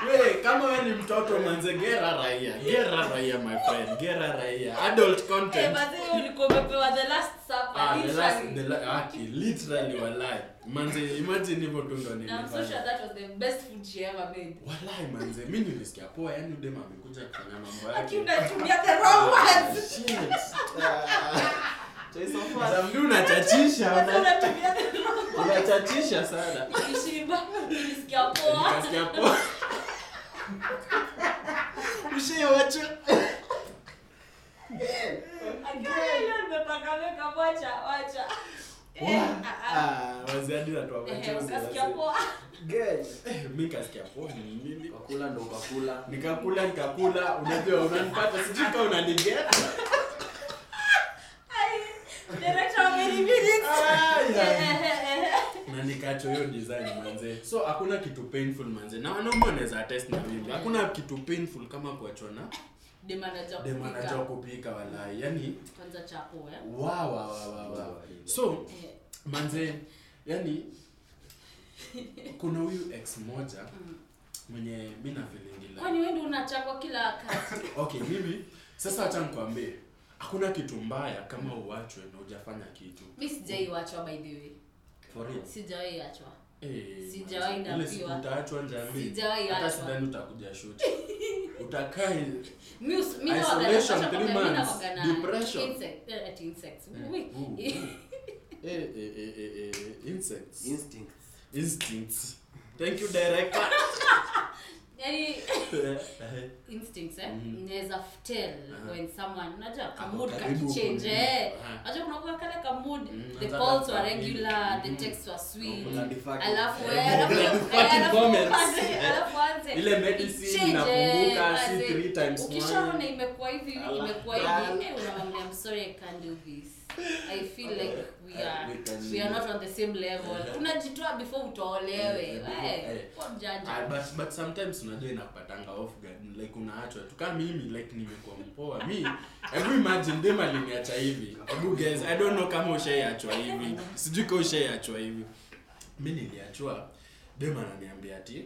[SPEAKER 2] We, kama we ni mtoto manze gera raia. Gera raia my friend. Gera raia. Adult
[SPEAKER 1] Eh,
[SPEAKER 2] content.
[SPEAKER 1] but then ulikuwa umepewa the last supper,
[SPEAKER 2] Ah, the last,
[SPEAKER 1] literally.
[SPEAKER 2] the la- aki, literally walai. Manze, imagine hivyo tu ndo
[SPEAKER 1] Na I'm so sure
[SPEAKER 2] nilifanya.
[SPEAKER 1] that was the best food she ever made.
[SPEAKER 2] Walai manze, mimi nilisikia poa yani udema amekuja kufanya mambo
[SPEAKER 1] Aki,
[SPEAKER 2] yake. Ah,
[SPEAKER 1] unatumia the wrong words.
[SPEAKER 2] Shit.
[SPEAKER 3] Choice of words.
[SPEAKER 2] Zambi unachachisha,
[SPEAKER 1] Sasa
[SPEAKER 2] una-
[SPEAKER 1] unatumia the wrong words.
[SPEAKER 2] unachachisha sana.
[SPEAKER 1] Nilishiba, nilisikia poa.
[SPEAKER 2] Nikasikia poa. Ushaiwacha?
[SPEAKER 1] Aki, wewe hilo nimepaka makeup, wacha, wacha. Eh, ah, ah. Eh, ukasikia poa.
[SPEAKER 3] Guys,
[SPEAKER 2] Eh, mikasikiaponini
[SPEAKER 3] Pakula ndo pakula.
[SPEAKER 2] nikakula nikakula unajua unanipata sijui ka unanigeta
[SPEAKER 1] Eh, Ai, director wa many minutes.
[SPEAKER 2] Ai, ai.
[SPEAKER 1] Eh, eh, eh, eh.
[SPEAKER 2] na nikacho hiyo design manze so hakuna kitu painful manze na wanaume wanaweza test na mimi hakuna kitu painful kama kuachwa na
[SPEAKER 1] Dem anajua
[SPEAKER 2] dem
[SPEAKER 1] kupika.
[SPEAKER 2] anajua kupika walai yani
[SPEAKER 1] Kwanza chapo, eh.
[SPEAKER 2] wa wa wa wa wa so
[SPEAKER 1] Eh,
[SPEAKER 2] manze yani kuna huyu ex moja mwenye mi nafilingila
[SPEAKER 1] kwani wewe ndio unachangwa kila wakati
[SPEAKER 2] okay mimi sasa hata nikwambie hakuna kitu mbaya kama uachwe na hujafanya kitu
[SPEAKER 1] mi sijaiwachwa by the way
[SPEAKER 2] For real.
[SPEAKER 1] sijawaiachwa
[SPEAKER 2] Eh,
[SPEAKER 1] Sijawahi
[SPEAKER 2] manze, ile siku
[SPEAKER 1] naambiwa.
[SPEAKER 2] utaachwa jamii.
[SPEAKER 1] Sijawahi
[SPEAKER 2] hata
[SPEAKER 1] achwa.
[SPEAKER 2] sidhani utakuja shoot Eh, utakaa
[SPEAKER 1] Mi us- mi
[SPEAKER 2] Isolation,
[SPEAKER 1] nawaga na- nasha
[SPEAKER 2] three
[SPEAKER 1] kwamba mi
[SPEAKER 2] months,
[SPEAKER 1] nawaga na
[SPEAKER 2] depression.
[SPEAKER 1] insect- eh, ati insects.
[SPEAKER 2] Eh,
[SPEAKER 1] Ui.
[SPEAKER 2] ooh, eh, eh, eh, eh, eh, insects
[SPEAKER 3] Instinct.
[SPEAKER 2] instincts thank you director
[SPEAKER 1] Eh, yani instincts eh
[SPEAKER 2] Mhm.
[SPEAKER 1] naweza f- tell
[SPEAKER 2] Aha.
[SPEAKER 1] when someone unajua
[SPEAKER 2] Uh-huh. Ako
[SPEAKER 1] kamood
[SPEAKER 2] karibu Ah.
[SPEAKER 1] kakichange
[SPEAKER 2] kuingia.
[SPEAKER 1] eh
[SPEAKER 2] Aha.
[SPEAKER 1] unajua kunakuwa kale kamood
[SPEAKER 2] Mhm,
[SPEAKER 1] the
[SPEAKER 2] unataka
[SPEAKER 1] calls were
[SPEAKER 2] kukabili.
[SPEAKER 1] regular the
[SPEAKER 2] Mhm.
[SPEAKER 1] texts were sweet
[SPEAKER 2] Kuna
[SPEAKER 1] alafu
[SPEAKER 2] Eh,
[SPEAKER 1] eh, alafu-
[SPEAKER 2] kuna
[SPEAKER 1] eh,
[SPEAKER 2] fucking
[SPEAKER 1] alafu
[SPEAKER 2] comments.
[SPEAKER 1] uanze-
[SPEAKER 2] Eh.
[SPEAKER 1] alafu uanze
[SPEAKER 2] Ile medicine
[SPEAKER 1] ichange,
[SPEAKER 2] inapunguka,
[SPEAKER 1] eh,
[SPEAKER 2] si
[SPEAKER 1] uanze.
[SPEAKER 2] three times
[SPEAKER 1] ukishaona
[SPEAKER 2] one.
[SPEAKER 1] imekuwa hivi
[SPEAKER 2] Ala.
[SPEAKER 1] imekuwa hivi eh, unamwambia I'm sorry I can't do this I feel like we are
[SPEAKER 3] We can-
[SPEAKER 1] we are not on the same level unajitoa before
[SPEAKER 2] Eh,
[SPEAKER 1] utolewe
[SPEAKER 2] eh.
[SPEAKER 1] eh, kwa mjanja
[SPEAKER 2] Ah, but, but sometimes unajua inakupatanga off guard like unaachwa tu kama mimi like nimekuwa mpoa mi hebu imagine dem aliniacha hivi hebu guys i don't know kama ushaiachwa hivi sijui kama ushaiachwa hivi mi niliachwa dem ananiambia ati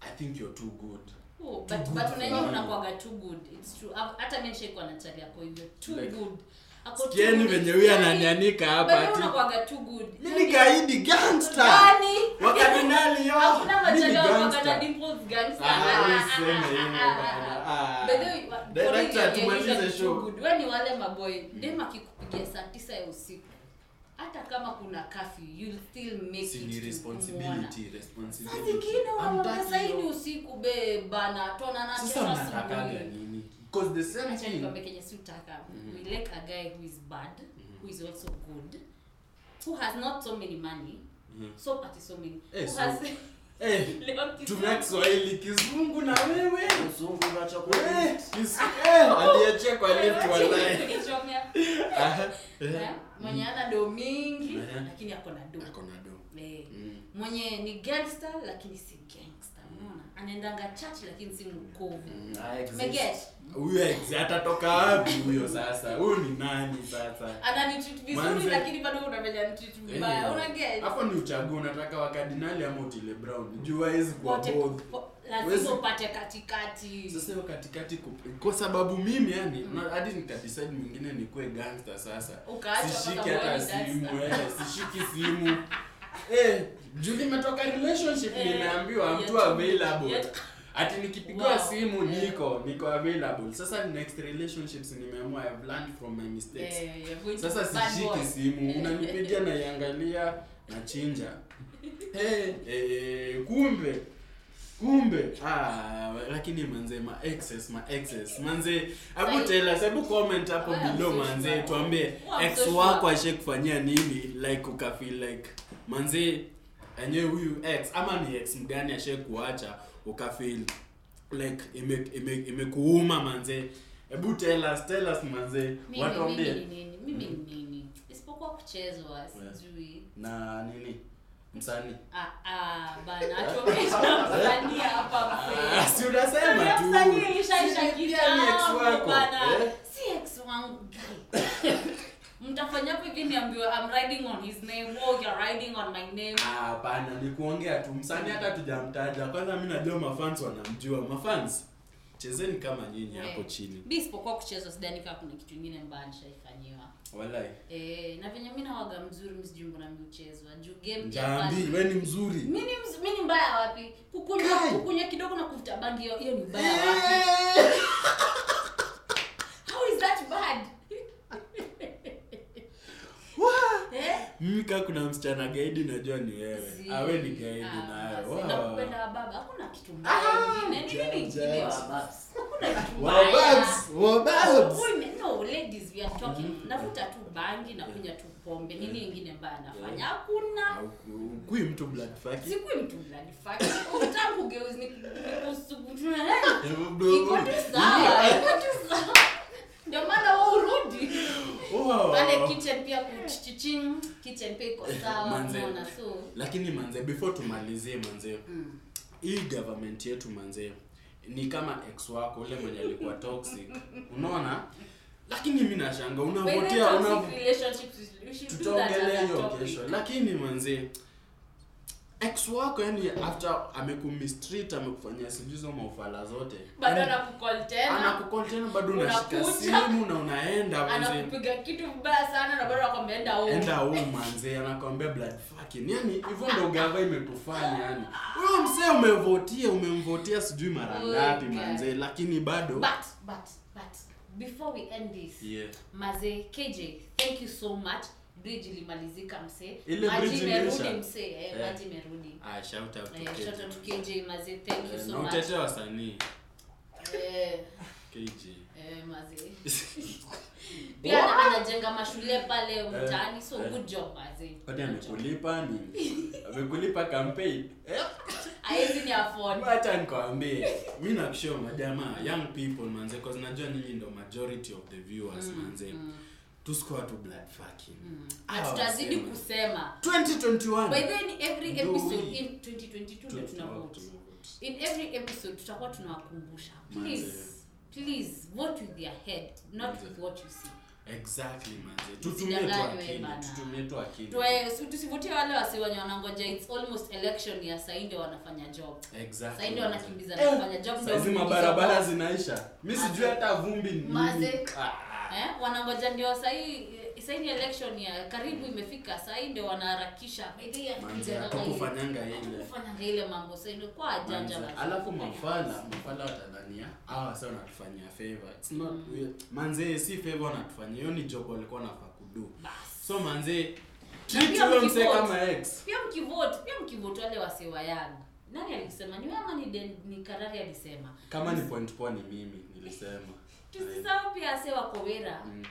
[SPEAKER 2] i think you're too good
[SPEAKER 1] Oh, but
[SPEAKER 2] Too
[SPEAKER 1] but
[SPEAKER 2] good
[SPEAKER 1] unajua
[SPEAKER 2] for
[SPEAKER 1] unakwaga too good it's true Ha- hata mi nishaikuwa na chali yako hivyo too
[SPEAKER 2] Like,
[SPEAKER 1] good Ako too
[SPEAKER 2] sikieni
[SPEAKER 1] good.
[SPEAKER 2] venye huyu
[SPEAKER 1] Yani,
[SPEAKER 2] ananianika hapa
[SPEAKER 1] wewe Yaani,
[SPEAKER 2] ati
[SPEAKER 1] unakwaga too good Yaani,
[SPEAKER 2] mimi
[SPEAKER 1] Yani,
[SPEAKER 2] gaidi gangster
[SPEAKER 1] gani?
[SPEAKER 2] wakadinali yo
[SPEAKER 1] Hakuna
[SPEAKER 2] mimi
[SPEAKER 1] machalia wakana
[SPEAKER 2] gangster
[SPEAKER 1] dimples gangster.
[SPEAKER 2] Ah,
[SPEAKER 1] Ah, ah,
[SPEAKER 2] useme
[SPEAKER 1] ah,
[SPEAKER 2] hivyo
[SPEAKER 1] ah, ah,
[SPEAKER 2] bana.
[SPEAKER 1] ah.
[SPEAKER 2] Ah.
[SPEAKER 1] By the way, wa-
[SPEAKER 2] Director,
[SPEAKER 1] polisi
[SPEAKER 2] tumalize
[SPEAKER 1] walieleza
[SPEAKER 2] show.
[SPEAKER 1] kitu good. We ni wale maboy dem akikupigia saa tisa ya usiku hata kama kuna curfew, you'll still make
[SPEAKER 2] Si ni
[SPEAKER 1] it to kumuona.
[SPEAKER 2] responsibility
[SPEAKER 1] Saa
[SPEAKER 2] responsibility
[SPEAKER 1] zingine unamwambia
[SPEAKER 2] Hamtaki
[SPEAKER 1] saa hii
[SPEAKER 2] yo.
[SPEAKER 1] ni usiku be bana tuonana
[SPEAKER 2] sasa
[SPEAKER 1] kesho
[SPEAKER 2] mnatakaga
[SPEAKER 1] asubuhi
[SPEAKER 2] nini because the same
[SPEAKER 1] Acha
[SPEAKER 2] thing
[SPEAKER 1] nikwambie kenye si utaka.
[SPEAKER 2] Mhm.
[SPEAKER 1] we like a guy who is bad
[SPEAKER 2] Mhm.
[SPEAKER 1] who is also good who has not so many money
[SPEAKER 2] Mhm.
[SPEAKER 1] so ati so many
[SPEAKER 2] Eh,
[SPEAKER 1] who
[SPEAKER 2] so-
[SPEAKER 1] has
[SPEAKER 2] eh
[SPEAKER 1] Leo kisa-
[SPEAKER 2] tumia kiswahili kizungu na wewe
[SPEAKER 3] Mzungu na chakula.
[SPEAKER 2] Eh, kis-
[SPEAKER 1] Ah, oh,
[SPEAKER 2] eh, aliachia kwa lift walai
[SPEAKER 1] Kichomea. Eh, mwenye
[SPEAKER 2] Mm.
[SPEAKER 1] ana do mingi
[SPEAKER 2] Eh.
[SPEAKER 1] lakini ako na do
[SPEAKER 2] akona do
[SPEAKER 1] Eh,
[SPEAKER 2] Mm.
[SPEAKER 1] mwenye ni gangster lakini si gangster unaona anaendanga church lakini si
[SPEAKER 2] Mm.
[SPEAKER 1] mkovu
[SPEAKER 3] I exist.
[SPEAKER 1] meget
[SPEAKER 2] huyu ex atatoka wapi huyo sasa huyu ni nani sasa
[SPEAKER 1] ananitreat vizuri
[SPEAKER 2] Manze.
[SPEAKER 1] lakini bado unavenya nitreat vibaya
[SPEAKER 2] Eh,
[SPEAKER 1] unaget
[SPEAKER 2] hapo ni uchaguo unataka wakardinali ama utile brown juu hawezi kuwa
[SPEAKER 1] Wote-
[SPEAKER 2] both
[SPEAKER 1] po- lazima
[SPEAKER 2] Huwezi-
[SPEAKER 1] upate katikati
[SPEAKER 2] sasa hiyo katikati kup- kwa sababu mimi yani na- hadi nikadecide mwingine nikuwe gangster sasa
[SPEAKER 1] Ukaacha
[SPEAKER 2] sishiki
[SPEAKER 1] mpaka
[SPEAKER 2] hata
[SPEAKER 1] uone
[SPEAKER 2] simu
[SPEAKER 1] gangster.
[SPEAKER 2] eh, sishiki simu eh, juu nimetoka relationship
[SPEAKER 1] Eh,
[SPEAKER 2] nimeambiwa I'm
[SPEAKER 1] yet-
[SPEAKER 2] too available
[SPEAKER 1] yet-
[SPEAKER 2] ati nikipigiwa
[SPEAKER 1] Wow.
[SPEAKER 2] simu
[SPEAKER 1] Eh.
[SPEAKER 2] niko niko available sasa next relationships nimeamua I've learned from my mistakes
[SPEAKER 1] Eh, you're going to bad
[SPEAKER 2] sasa
[SPEAKER 1] boy.
[SPEAKER 2] sishiki simu
[SPEAKER 1] Eh.
[SPEAKER 2] unanipigia naiangalia nachinja hey, eh, kumbe kumbe ah, lakini manze ma excess ma excess manze hebu
[SPEAKER 1] Sai-
[SPEAKER 2] tell us hebu comment hapo
[SPEAKER 1] Wewe
[SPEAKER 2] below
[SPEAKER 1] msushwa.
[SPEAKER 2] manze tuambie
[SPEAKER 1] Wewe
[SPEAKER 2] ex
[SPEAKER 1] msushwa.
[SPEAKER 2] wako ashekufanyia nini like ukafeel like manze enyewe huyu ex ama ni ex mgani ashekuacha ukafeel like ime- ime- imekuuma ime manze hebu tell us tell us manze
[SPEAKER 1] Mimi- mimi ni
[SPEAKER 2] watuambie
[SPEAKER 1] nini? mimi ni nini isipokuwa kuchezwa sijui
[SPEAKER 2] na nini msanii
[SPEAKER 1] Ah, ah, bana hatuongesha msanii hapa mzee.
[SPEAKER 2] Ah, si unasema
[SPEAKER 1] Tulia
[SPEAKER 2] tu.
[SPEAKER 1] msanii ilishaisha
[SPEAKER 2] Si pia ni ex
[SPEAKER 1] kitambo
[SPEAKER 2] wako,
[SPEAKER 1] Ah, bana.
[SPEAKER 2] eh?
[SPEAKER 1] Si ex wangu, guy. mtafanya hapo hivi niambiwe I'm riding on his name oh you're riding on my name
[SPEAKER 2] Ah, hapana ni kuongea tu msanii hata tujamtaja kwanza mi najua mafans wanamjua mafans chezeni kama nyinyi
[SPEAKER 1] Eh.
[SPEAKER 2] hapo chini
[SPEAKER 1] mi isipokuwa kuchezwa sidhani kama kuna kitu ingine mbaya nishaifanyiwa
[SPEAKER 2] walai
[SPEAKER 1] Eh, na venye mi nawaga mzuri msijumbo na miuchezwa juu game
[SPEAKER 2] jambi we ni mzuri Eh.
[SPEAKER 1] mimi mimi mbaya wapi kukunywa
[SPEAKER 2] Kai. Eh!
[SPEAKER 1] kukunywa kidogo na kuvuta bangi hiyo hiyo ni mbaya wapi how is that bad eh
[SPEAKER 2] mimi kaa kuna msichana gaidi najua ni wewe
[SPEAKER 1] Zi-
[SPEAKER 2] awe Eh, ni gaidi
[SPEAKER 1] Ah,
[SPEAKER 2] nayo
[SPEAKER 1] basi,
[SPEAKER 2] Wow. Ah,
[SPEAKER 1] nakupenda wababa hakuna kitu mbaya ingine. Ni nini ingine
[SPEAKER 2] judge.
[SPEAKER 3] Ah,
[SPEAKER 1] wababs? Hakuna kitu mbaya.
[SPEAKER 2] Wababs, wababs.
[SPEAKER 1] Women, no, ladies, we are talking.
[SPEAKER 2] Mm-hmm.
[SPEAKER 1] navuta tu bangi nakunywa tu pombe nini ingine mbaya nafanya hakuna
[SPEAKER 2] Hauku- kui mtu black faki.
[SPEAKER 1] sikui mtu mlanifaktangu
[SPEAKER 2] Hebu
[SPEAKER 1] iko
[SPEAKER 2] blow.
[SPEAKER 1] tu sawa iko tu sawa ndio maana wa urudi
[SPEAKER 2] Wow.
[SPEAKER 1] pale kitchen pia kuchichichin kitchen pia iko sawa
[SPEAKER 2] Manze.
[SPEAKER 1] unaona so
[SPEAKER 2] lakini manze before tumalizie manze
[SPEAKER 1] mm.
[SPEAKER 2] hii government yetu manze ni kama ex wako ule mwenye alikuwa toxic unaona lakini mi nashanga unavotia una tutaongelea hiyo kesho lakini manze ex wako yani after amekumistrtreat amekufanyia sijuzo maufala zote
[SPEAKER 1] bado anakukol tena
[SPEAKER 2] anakukol tena bado unashika
[SPEAKER 1] Unakuja.
[SPEAKER 2] simu na unaenda manze
[SPEAKER 1] anakupiga kitu mbaya sana na bado akwamenda
[SPEAKER 2] enda home manze anakwambia blood fucking yani hivyo ndo gava imetufanya yani huyo msee umevotia umemvotia sijui mara
[SPEAKER 1] Oh,
[SPEAKER 2] ngapi
[SPEAKER 1] God.
[SPEAKER 2] manze lakini bado
[SPEAKER 1] but but but before we end this
[SPEAKER 2] yeah
[SPEAKER 1] maze kj thank you so much bridge ilimalizika msee
[SPEAKER 2] Ile
[SPEAKER 1] maji
[SPEAKER 2] bridge
[SPEAKER 1] imerudi
[SPEAKER 2] imeisha.
[SPEAKER 1] msee eh,
[SPEAKER 2] Eh.
[SPEAKER 1] maji imerudi
[SPEAKER 2] Ah, shout out to
[SPEAKER 1] Eh,
[SPEAKER 2] KJ.
[SPEAKER 1] shout out to KJ mazee thank you
[SPEAKER 2] Eh,
[SPEAKER 1] so
[SPEAKER 2] na
[SPEAKER 1] much
[SPEAKER 2] utete wasanii
[SPEAKER 1] eh
[SPEAKER 2] KJ.
[SPEAKER 1] eh mazee pia anajenga mashule pale mtaani so
[SPEAKER 2] eh.
[SPEAKER 1] good job mazee
[SPEAKER 2] Kwani
[SPEAKER 1] Good job.
[SPEAKER 2] amekulipa nini? Amekulipa campaign? Eh?
[SPEAKER 1] haezi ni afford
[SPEAKER 2] hata nikwambie mi nakushow majamaa young people manze cause najua nyinyi ndo majority of the viewers
[SPEAKER 1] Mm,
[SPEAKER 2] manze tusikuwa tu blood fucking
[SPEAKER 1] na
[SPEAKER 2] Hawa
[SPEAKER 1] Ah, tutazidi
[SPEAKER 2] wasema.
[SPEAKER 1] kusema
[SPEAKER 2] 2021
[SPEAKER 1] Mm. by then every
[SPEAKER 2] Ndio
[SPEAKER 1] episode
[SPEAKER 2] hii.
[SPEAKER 1] in 2022 ndio
[SPEAKER 2] Tuna-
[SPEAKER 1] tunavote
[SPEAKER 2] tuna vote.
[SPEAKER 1] in every episode tutakuwa tunawakumbusha please
[SPEAKER 2] Manze.
[SPEAKER 1] please vote with your head not
[SPEAKER 2] Manze.
[SPEAKER 1] with what you see
[SPEAKER 2] exactly manze tutumie tu
[SPEAKER 1] Msidanganywe
[SPEAKER 2] akili
[SPEAKER 1] bana.
[SPEAKER 2] tutumie tu akili
[SPEAKER 1] Tuwe- si- tusivutie wale wasiwenye wanangoja its almost election ya sahii ndio wanafanya job
[SPEAKER 2] exactly
[SPEAKER 1] Saindo
[SPEAKER 2] manze.
[SPEAKER 1] wanakimbiza na
[SPEAKER 2] Eh,
[SPEAKER 1] kufanya job ndio
[SPEAKER 2] saizi
[SPEAKER 1] wakimbiza
[SPEAKER 2] mabarabara
[SPEAKER 1] wao.
[SPEAKER 2] zinaisha mi sijui
[SPEAKER 1] Manze.
[SPEAKER 2] hata vumbi ni nini.
[SPEAKER 1] Manze.
[SPEAKER 2] Ah.
[SPEAKER 1] eh? wanangoja ndio sahii sahii ni election ya karibu imefika sahii ndio wanaharakisha By the way,
[SPEAKER 2] Manze,
[SPEAKER 1] hatukujenga
[SPEAKER 2] hatukufanyanga
[SPEAKER 1] ile-
[SPEAKER 2] ile.
[SPEAKER 1] hatukufanyanga ile mambo sahii kwa janja
[SPEAKER 2] Manze,
[SPEAKER 1] manze.
[SPEAKER 2] alafu mafala mafala wa tanzania hawa sa wanatufanyia favor It's not
[SPEAKER 1] Mm.
[SPEAKER 2] we- manze si favor wanatufanyia hiyo ni job walikuwa wanafaa kudu
[SPEAKER 1] Bas.
[SPEAKER 2] so manze treat
[SPEAKER 1] pia
[SPEAKER 2] huyo mse
[SPEAKER 1] mkivote.
[SPEAKER 2] kama ex
[SPEAKER 1] pia mkivote pia mkivote wale wasewa yangu nani alisema ni wewe ama ni, Den- ni karari alisema
[SPEAKER 2] kama ni point poa ni mimi nilisema
[SPEAKER 1] tusisahau pia wase wako wera
[SPEAKER 2] Mm.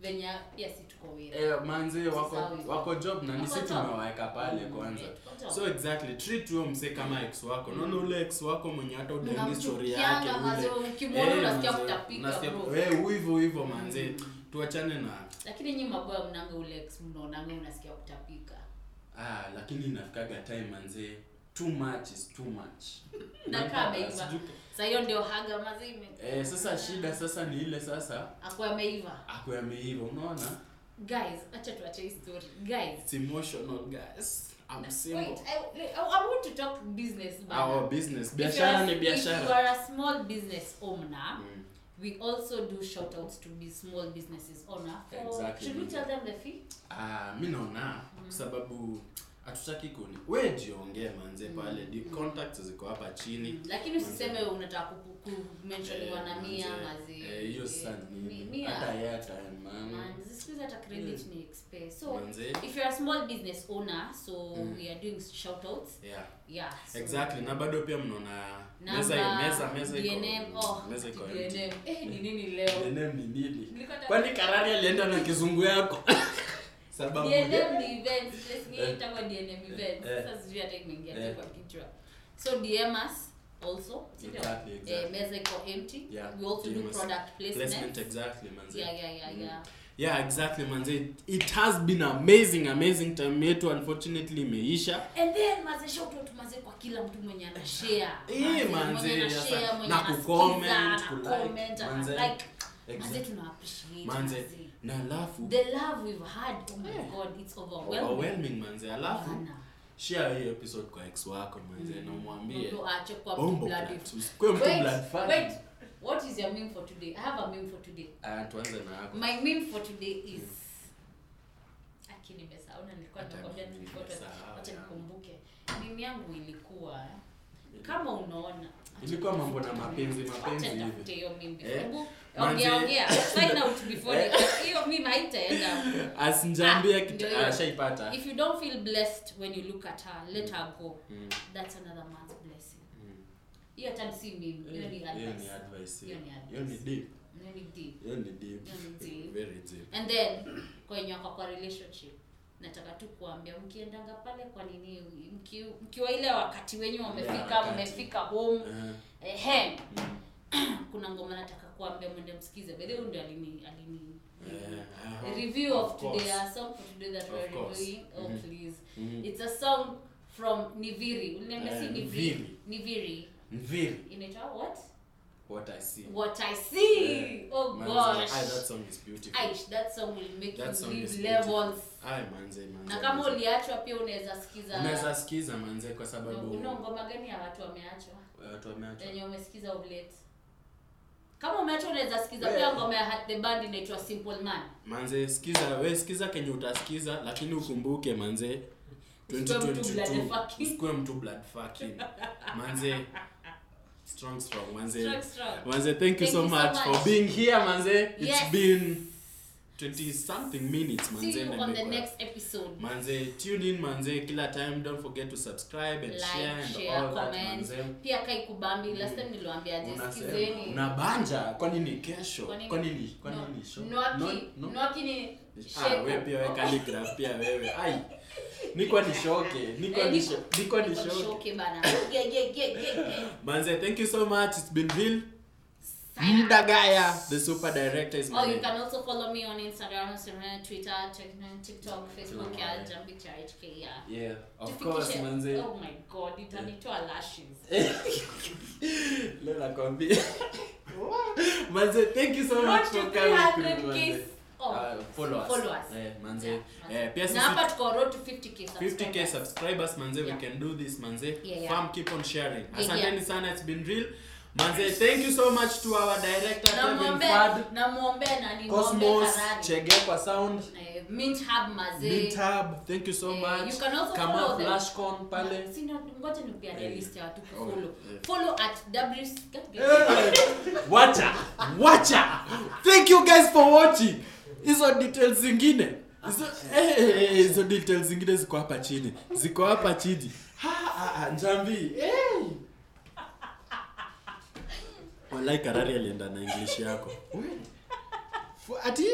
[SPEAKER 1] venye pia si tuko wera
[SPEAKER 2] Eh, manze wako
[SPEAKER 1] Sawa hivyo.
[SPEAKER 2] wako job na nisi
[SPEAKER 1] Wako job.
[SPEAKER 2] tumewaweka pale
[SPEAKER 1] Mm,
[SPEAKER 2] kwanza
[SPEAKER 1] wako job. Mm.
[SPEAKER 2] so exactly treat huyo mse kama ex wako naona ule ex wako mwenye hata udaini story yake Eh,
[SPEAKER 1] Unamchukianga maze, ukimwona unasikia kutapika, bro. Mm.
[SPEAKER 2] hivyo hivyo manze tuachane na
[SPEAKER 1] lakini nyi maboya mnanga ulex mnaonanga unasikia kutapika
[SPEAKER 2] ah, lakini inafikaga time manzee too much is too much
[SPEAKER 1] nakaa ameiva
[SPEAKER 2] Sijui-
[SPEAKER 1] sa hiyo ndio haga mazime
[SPEAKER 2] eh, sasa shida sasa ni ile sasa
[SPEAKER 1] aku ameiva
[SPEAKER 2] akwe ameiva unaona
[SPEAKER 1] guys acha tuache hii story guys
[SPEAKER 2] It's emotional guys I'm
[SPEAKER 1] wait
[SPEAKER 2] simple
[SPEAKER 1] I, I, I want to talk business bana.
[SPEAKER 2] our business
[SPEAKER 1] If you are-
[SPEAKER 2] biashara ni
[SPEAKER 1] if you
[SPEAKER 2] biashara
[SPEAKER 1] are a small business owner
[SPEAKER 2] Mm.
[SPEAKER 1] we also do shout outs to be small businesses owner for,
[SPEAKER 2] Exactly.
[SPEAKER 1] should we tell them the fee
[SPEAKER 2] ah, mi naona kwa sababu hatutaki kuni we jiongee manze pale di contacts ziko hapa chini
[SPEAKER 1] Hmm,
[SPEAKER 2] Eh,
[SPEAKER 1] lakini usiseme unataka kupu- kumenshoniwa na mia
[SPEAKER 2] manze,
[SPEAKER 1] mazi
[SPEAKER 2] eh, hiyo sasa ni
[SPEAKER 1] Mi-
[SPEAKER 2] nini?
[SPEAKER 1] mia.
[SPEAKER 2] hata yeye ataemama
[SPEAKER 1] And this is at a credit ni expense. So
[SPEAKER 2] Manze.
[SPEAKER 1] if you're a small business owner, so
[SPEAKER 2] Mm.
[SPEAKER 1] we are doing shout outs.
[SPEAKER 2] yeah
[SPEAKER 1] Yeah. So
[SPEAKER 2] exactly na bado pia mnaona
[SPEAKER 1] Namba,
[SPEAKER 2] meza meza meza iko
[SPEAKER 1] DNM. Oh,
[SPEAKER 2] meza iko empty.
[SPEAKER 1] DNM. Eh, ni nini leo?
[SPEAKER 2] DNM ni nini
[SPEAKER 1] Nilikuwa ta-
[SPEAKER 2] kwani karari alienda na kizungu yako sababu
[SPEAKER 1] DNM ni events. Let's
[SPEAKER 2] Eh.
[SPEAKER 1] get about DNM events.
[SPEAKER 2] Eh.
[SPEAKER 1] Sasa sijui hata imeingia
[SPEAKER 2] Eh.
[SPEAKER 1] tu kwa kichwa. So DM us also. si ndio?
[SPEAKER 2] Exactly,
[SPEAKER 1] Eh,
[SPEAKER 2] exactly.
[SPEAKER 1] meza iko empty.
[SPEAKER 2] Yeah,
[SPEAKER 1] We also do
[SPEAKER 2] DNM is-
[SPEAKER 1] product placement.
[SPEAKER 2] placement Mm-hmm. exactly manze Mm.
[SPEAKER 1] Yeah, yeah, yeah, yeah.
[SPEAKER 2] yeah exactly manze It- it has been amazing amazing time yetu unfortunately imeisha
[SPEAKER 1] And then maze shout out maze kwa kila mtu mwenye ana share.
[SPEAKER 2] Eh, manze,
[SPEAKER 1] mwenye ana
[SPEAKER 2] ya sa-
[SPEAKER 1] share, mwenye
[SPEAKER 2] na
[SPEAKER 1] anasikiza,
[SPEAKER 2] kucomment,
[SPEAKER 1] ana
[SPEAKER 2] kulike,
[SPEAKER 1] comment, ana
[SPEAKER 2] manze.
[SPEAKER 1] like. Maze
[SPEAKER 2] Exactly.
[SPEAKER 1] tuna appreciate.
[SPEAKER 2] manze na alafu
[SPEAKER 1] The love we've had, oh my god, it's overwhelming.
[SPEAKER 2] overwhelming manze alafu
[SPEAKER 1] Sana.
[SPEAKER 2] share hiyo episode kwa ex wako manze
[SPEAKER 1] Mm.
[SPEAKER 2] na umwambie
[SPEAKER 1] Ndo ache kwa
[SPEAKER 2] Mm. bombo
[SPEAKER 1] blood
[SPEAKER 2] plat,
[SPEAKER 1] if-
[SPEAKER 2] usikue mtu
[SPEAKER 1] Wait,
[SPEAKER 2] blood fan.
[SPEAKER 1] wait. What is your meme for today? I have a meme for today.
[SPEAKER 2] Ah, tuanze na yako
[SPEAKER 1] My meme for today is Aki, nimesahau na nilikuwa
[SPEAKER 2] Hata
[SPEAKER 1] nakwambia
[SPEAKER 2] mimi
[SPEAKER 1] nilikuwa
[SPEAKER 2] nimesahau,
[SPEAKER 1] acha
[SPEAKER 2] yeah.
[SPEAKER 1] nikumbuke. Meme yangu ilikuwa kama unaona
[SPEAKER 2] ilikuwa mambo na mapenzi mapenzi
[SPEAKER 1] Acha
[SPEAKER 2] hivi
[SPEAKER 1] nitafute hiyo meme
[SPEAKER 2] Eh,
[SPEAKER 1] before.
[SPEAKER 2] manze- Eh?
[SPEAKER 1] Ongea ongea. Find out before the- hiyo meme haitaenda.
[SPEAKER 2] asinjambia
[SPEAKER 1] Ah, ndio hiyo.
[SPEAKER 2] ashaipata
[SPEAKER 1] If you don't feel blessed when you look at her, let her go.
[SPEAKER 2] Mm,
[SPEAKER 1] That's another man's blessing.
[SPEAKER 2] mm.
[SPEAKER 1] Hiyo hata si mimi, hiyo
[SPEAKER 2] Eh,
[SPEAKER 1] ni
[SPEAKER 2] hiyo ni
[SPEAKER 1] advice.
[SPEAKER 2] advice,
[SPEAKER 1] Hiyo ni
[SPEAKER 2] hiyo.
[SPEAKER 1] advice.
[SPEAKER 2] Hiyo ni deep,
[SPEAKER 1] Hiyo ni deep.
[SPEAKER 2] hiyo ni deep.
[SPEAKER 1] Hiyo ni deep.
[SPEAKER 2] Very deep.
[SPEAKER 1] And then kwenye wako kwa relationship nataka tu kuambia mkiendanga pale kwa nini mki, mkiwa ile wakati wenyu wamefika
[SPEAKER 2] wakati.
[SPEAKER 1] mmefika home
[SPEAKER 2] Eh,
[SPEAKER 1] ehe
[SPEAKER 2] mm.
[SPEAKER 1] kuna ngoma nataka kuambia mwende msikize bedhi ndio alini alini
[SPEAKER 2] Eh, ah,
[SPEAKER 1] review of,
[SPEAKER 2] of
[SPEAKER 1] today
[SPEAKER 2] course.
[SPEAKER 1] a song for today that
[SPEAKER 2] Of
[SPEAKER 1] we're
[SPEAKER 2] course.
[SPEAKER 1] reviewing oh
[SPEAKER 2] Mhm.
[SPEAKER 1] please
[SPEAKER 2] Mm.
[SPEAKER 1] it's a song from niviri uliniambia
[SPEAKER 2] Eh,
[SPEAKER 1] si niviri
[SPEAKER 2] Niviri.
[SPEAKER 1] niviri
[SPEAKER 2] Mviri,
[SPEAKER 1] inaitwa what
[SPEAKER 2] what I see.
[SPEAKER 1] what i see
[SPEAKER 2] Eh,
[SPEAKER 1] oh
[SPEAKER 2] manze,
[SPEAKER 1] gosh
[SPEAKER 2] ah, that song is beautiful.
[SPEAKER 1] Aish, that song will make
[SPEAKER 2] That
[SPEAKER 1] you
[SPEAKER 2] song is
[SPEAKER 1] live
[SPEAKER 2] beautiful.
[SPEAKER 1] levels
[SPEAKER 2] Ah, manze, manze,
[SPEAKER 1] na kama
[SPEAKER 2] manze.
[SPEAKER 1] uliachwa pia unaweza
[SPEAKER 2] Unaweza
[SPEAKER 1] sikiza
[SPEAKER 2] sikiza manze kwa sababu uh,
[SPEAKER 1] una ngoma gani ya watu wameachwa
[SPEAKER 2] watu wameacha.
[SPEAKER 1] yenye umesikiza of late kama umeachwa unaweza sikiza
[SPEAKER 2] Eh.
[SPEAKER 1] pia ngoma ya Hat the band inaitwa simple man
[SPEAKER 2] manze sikiza we sikiza kenye utasikiza lakini ukumbuke manze
[SPEAKER 1] Usikuwe mtu blood
[SPEAKER 2] 2022
[SPEAKER 1] fucking.
[SPEAKER 2] usikuwe mtu blood fucking manze strong strong manze
[SPEAKER 1] Strong, strong.
[SPEAKER 2] manze thank you
[SPEAKER 1] Thank
[SPEAKER 2] so
[SPEAKER 1] you so
[SPEAKER 2] much
[SPEAKER 1] much.
[SPEAKER 2] for being here manze it's
[SPEAKER 1] Yes.
[SPEAKER 2] been 20 something minutes
[SPEAKER 1] see
[SPEAKER 2] manze
[SPEAKER 1] you
[SPEAKER 2] na
[SPEAKER 1] on the
[SPEAKER 2] nimekuwa-
[SPEAKER 1] next episode
[SPEAKER 2] manze tune in manze kila time don't forget to subscribe and share
[SPEAKER 1] like
[SPEAKER 2] and
[SPEAKER 1] share
[SPEAKER 2] all that Mm.
[SPEAKER 1] comment
[SPEAKER 2] manze
[SPEAKER 1] pia kai kubambi last time niliwaambiaje
[SPEAKER 2] Unasema,
[SPEAKER 1] sikizeni
[SPEAKER 2] unabanja kwani ni kesho
[SPEAKER 1] Kwani ni-
[SPEAKER 2] kwani ni kwani
[SPEAKER 1] No,
[SPEAKER 2] ni show?
[SPEAKER 1] Nwaki-
[SPEAKER 2] No, no.
[SPEAKER 1] Nwaki ni Oh,
[SPEAKER 2] Ah,
[SPEAKER 1] sheko.
[SPEAKER 2] we pia we calligraph pia wewe ai nikwa nishoke nikwa
[SPEAKER 1] Eh,
[SPEAKER 2] nisho
[SPEAKER 1] niko-
[SPEAKER 2] nikwa
[SPEAKER 1] niko
[SPEAKER 2] nishoke
[SPEAKER 1] nishoke eh, bana. Yeah, yeah, yeah, yeah, yeah.
[SPEAKER 2] manze thank you so much it's been real
[SPEAKER 1] Sign up.
[SPEAKER 2] mdagaya the super director is my
[SPEAKER 1] Oh, you
[SPEAKER 2] name.
[SPEAKER 1] can also follow me on Instagram, Serena, Twitter, Tik- TikTok, Facebook, yeah, Jambi HK, yeah.
[SPEAKER 2] yeah of
[SPEAKER 1] Tufikishe-
[SPEAKER 2] course manze
[SPEAKER 1] Oh my god, itanitoa lashes.
[SPEAKER 2] leo nakwambia manze thank you so
[SPEAKER 1] Road
[SPEAKER 2] much
[SPEAKER 1] to
[SPEAKER 2] for
[SPEAKER 1] 300
[SPEAKER 2] coming manze
[SPEAKER 1] kids. Oh,
[SPEAKER 2] Ah, follow us.
[SPEAKER 1] follow us.
[SPEAKER 2] Eh, manze.
[SPEAKER 1] Yeah,
[SPEAKER 2] Eh, pia
[SPEAKER 1] Na
[SPEAKER 2] sisi
[SPEAKER 1] hapa tuko road to 50k
[SPEAKER 2] 50k
[SPEAKER 1] subscribers.
[SPEAKER 2] subscribers manze
[SPEAKER 1] Yeah.
[SPEAKER 2] we can do this manze
[SPEAKER 1] Yeah, yeah.
[SPEAKER 2] fam keep on sharing
[SPEAKER 1] Yeah,
[SPEAKER 2] asanteni
[SPEAKER 1] yeah.
[SPEAKER 2] sana it's been real manze thank you so much to our director Kevin
[SPEAKER 1] Namwombea-
[SPEAKER 2] Fad
[SPEAKER 1] namwombea na nimwombee
[SPEAKER 2] Cosmos
[SPEAKER 1] Harari.
[SPEAKER 2] Chege kwa sound
[SPEAKER 1] Eh, Mint Hub mazee.
[SPEAKER 2] Mintab thank you so
[SPEAKER 1] Eh,
[SPEAKER 2] much
[SPEAKER 1] you can also
[SPEAKER 2] Kamal
[SPEAKER 1] follow them.
[SPEAKER 2] Flashcon pale
[SPEAKER 1] Si na- ngoja nikupeane
[SPEAKER 2] Eh.
[SPEAKER 1] list ya watu
[SPEAKER 2] Oh,
[SPEAKER 1] kufollow.
[SPEAKER 2] eh.
[SPEAKER 1] Follow at W-
[SPEAKER 2] wacha wacha thank you guys for watching hizo details zingine hizo eh, eh, eh, hizo details zingine ziko hapa chini ziko hapa chini Ha, ha, ha, njambi eh. hey. walai karari alienda na english yako Wewe. ati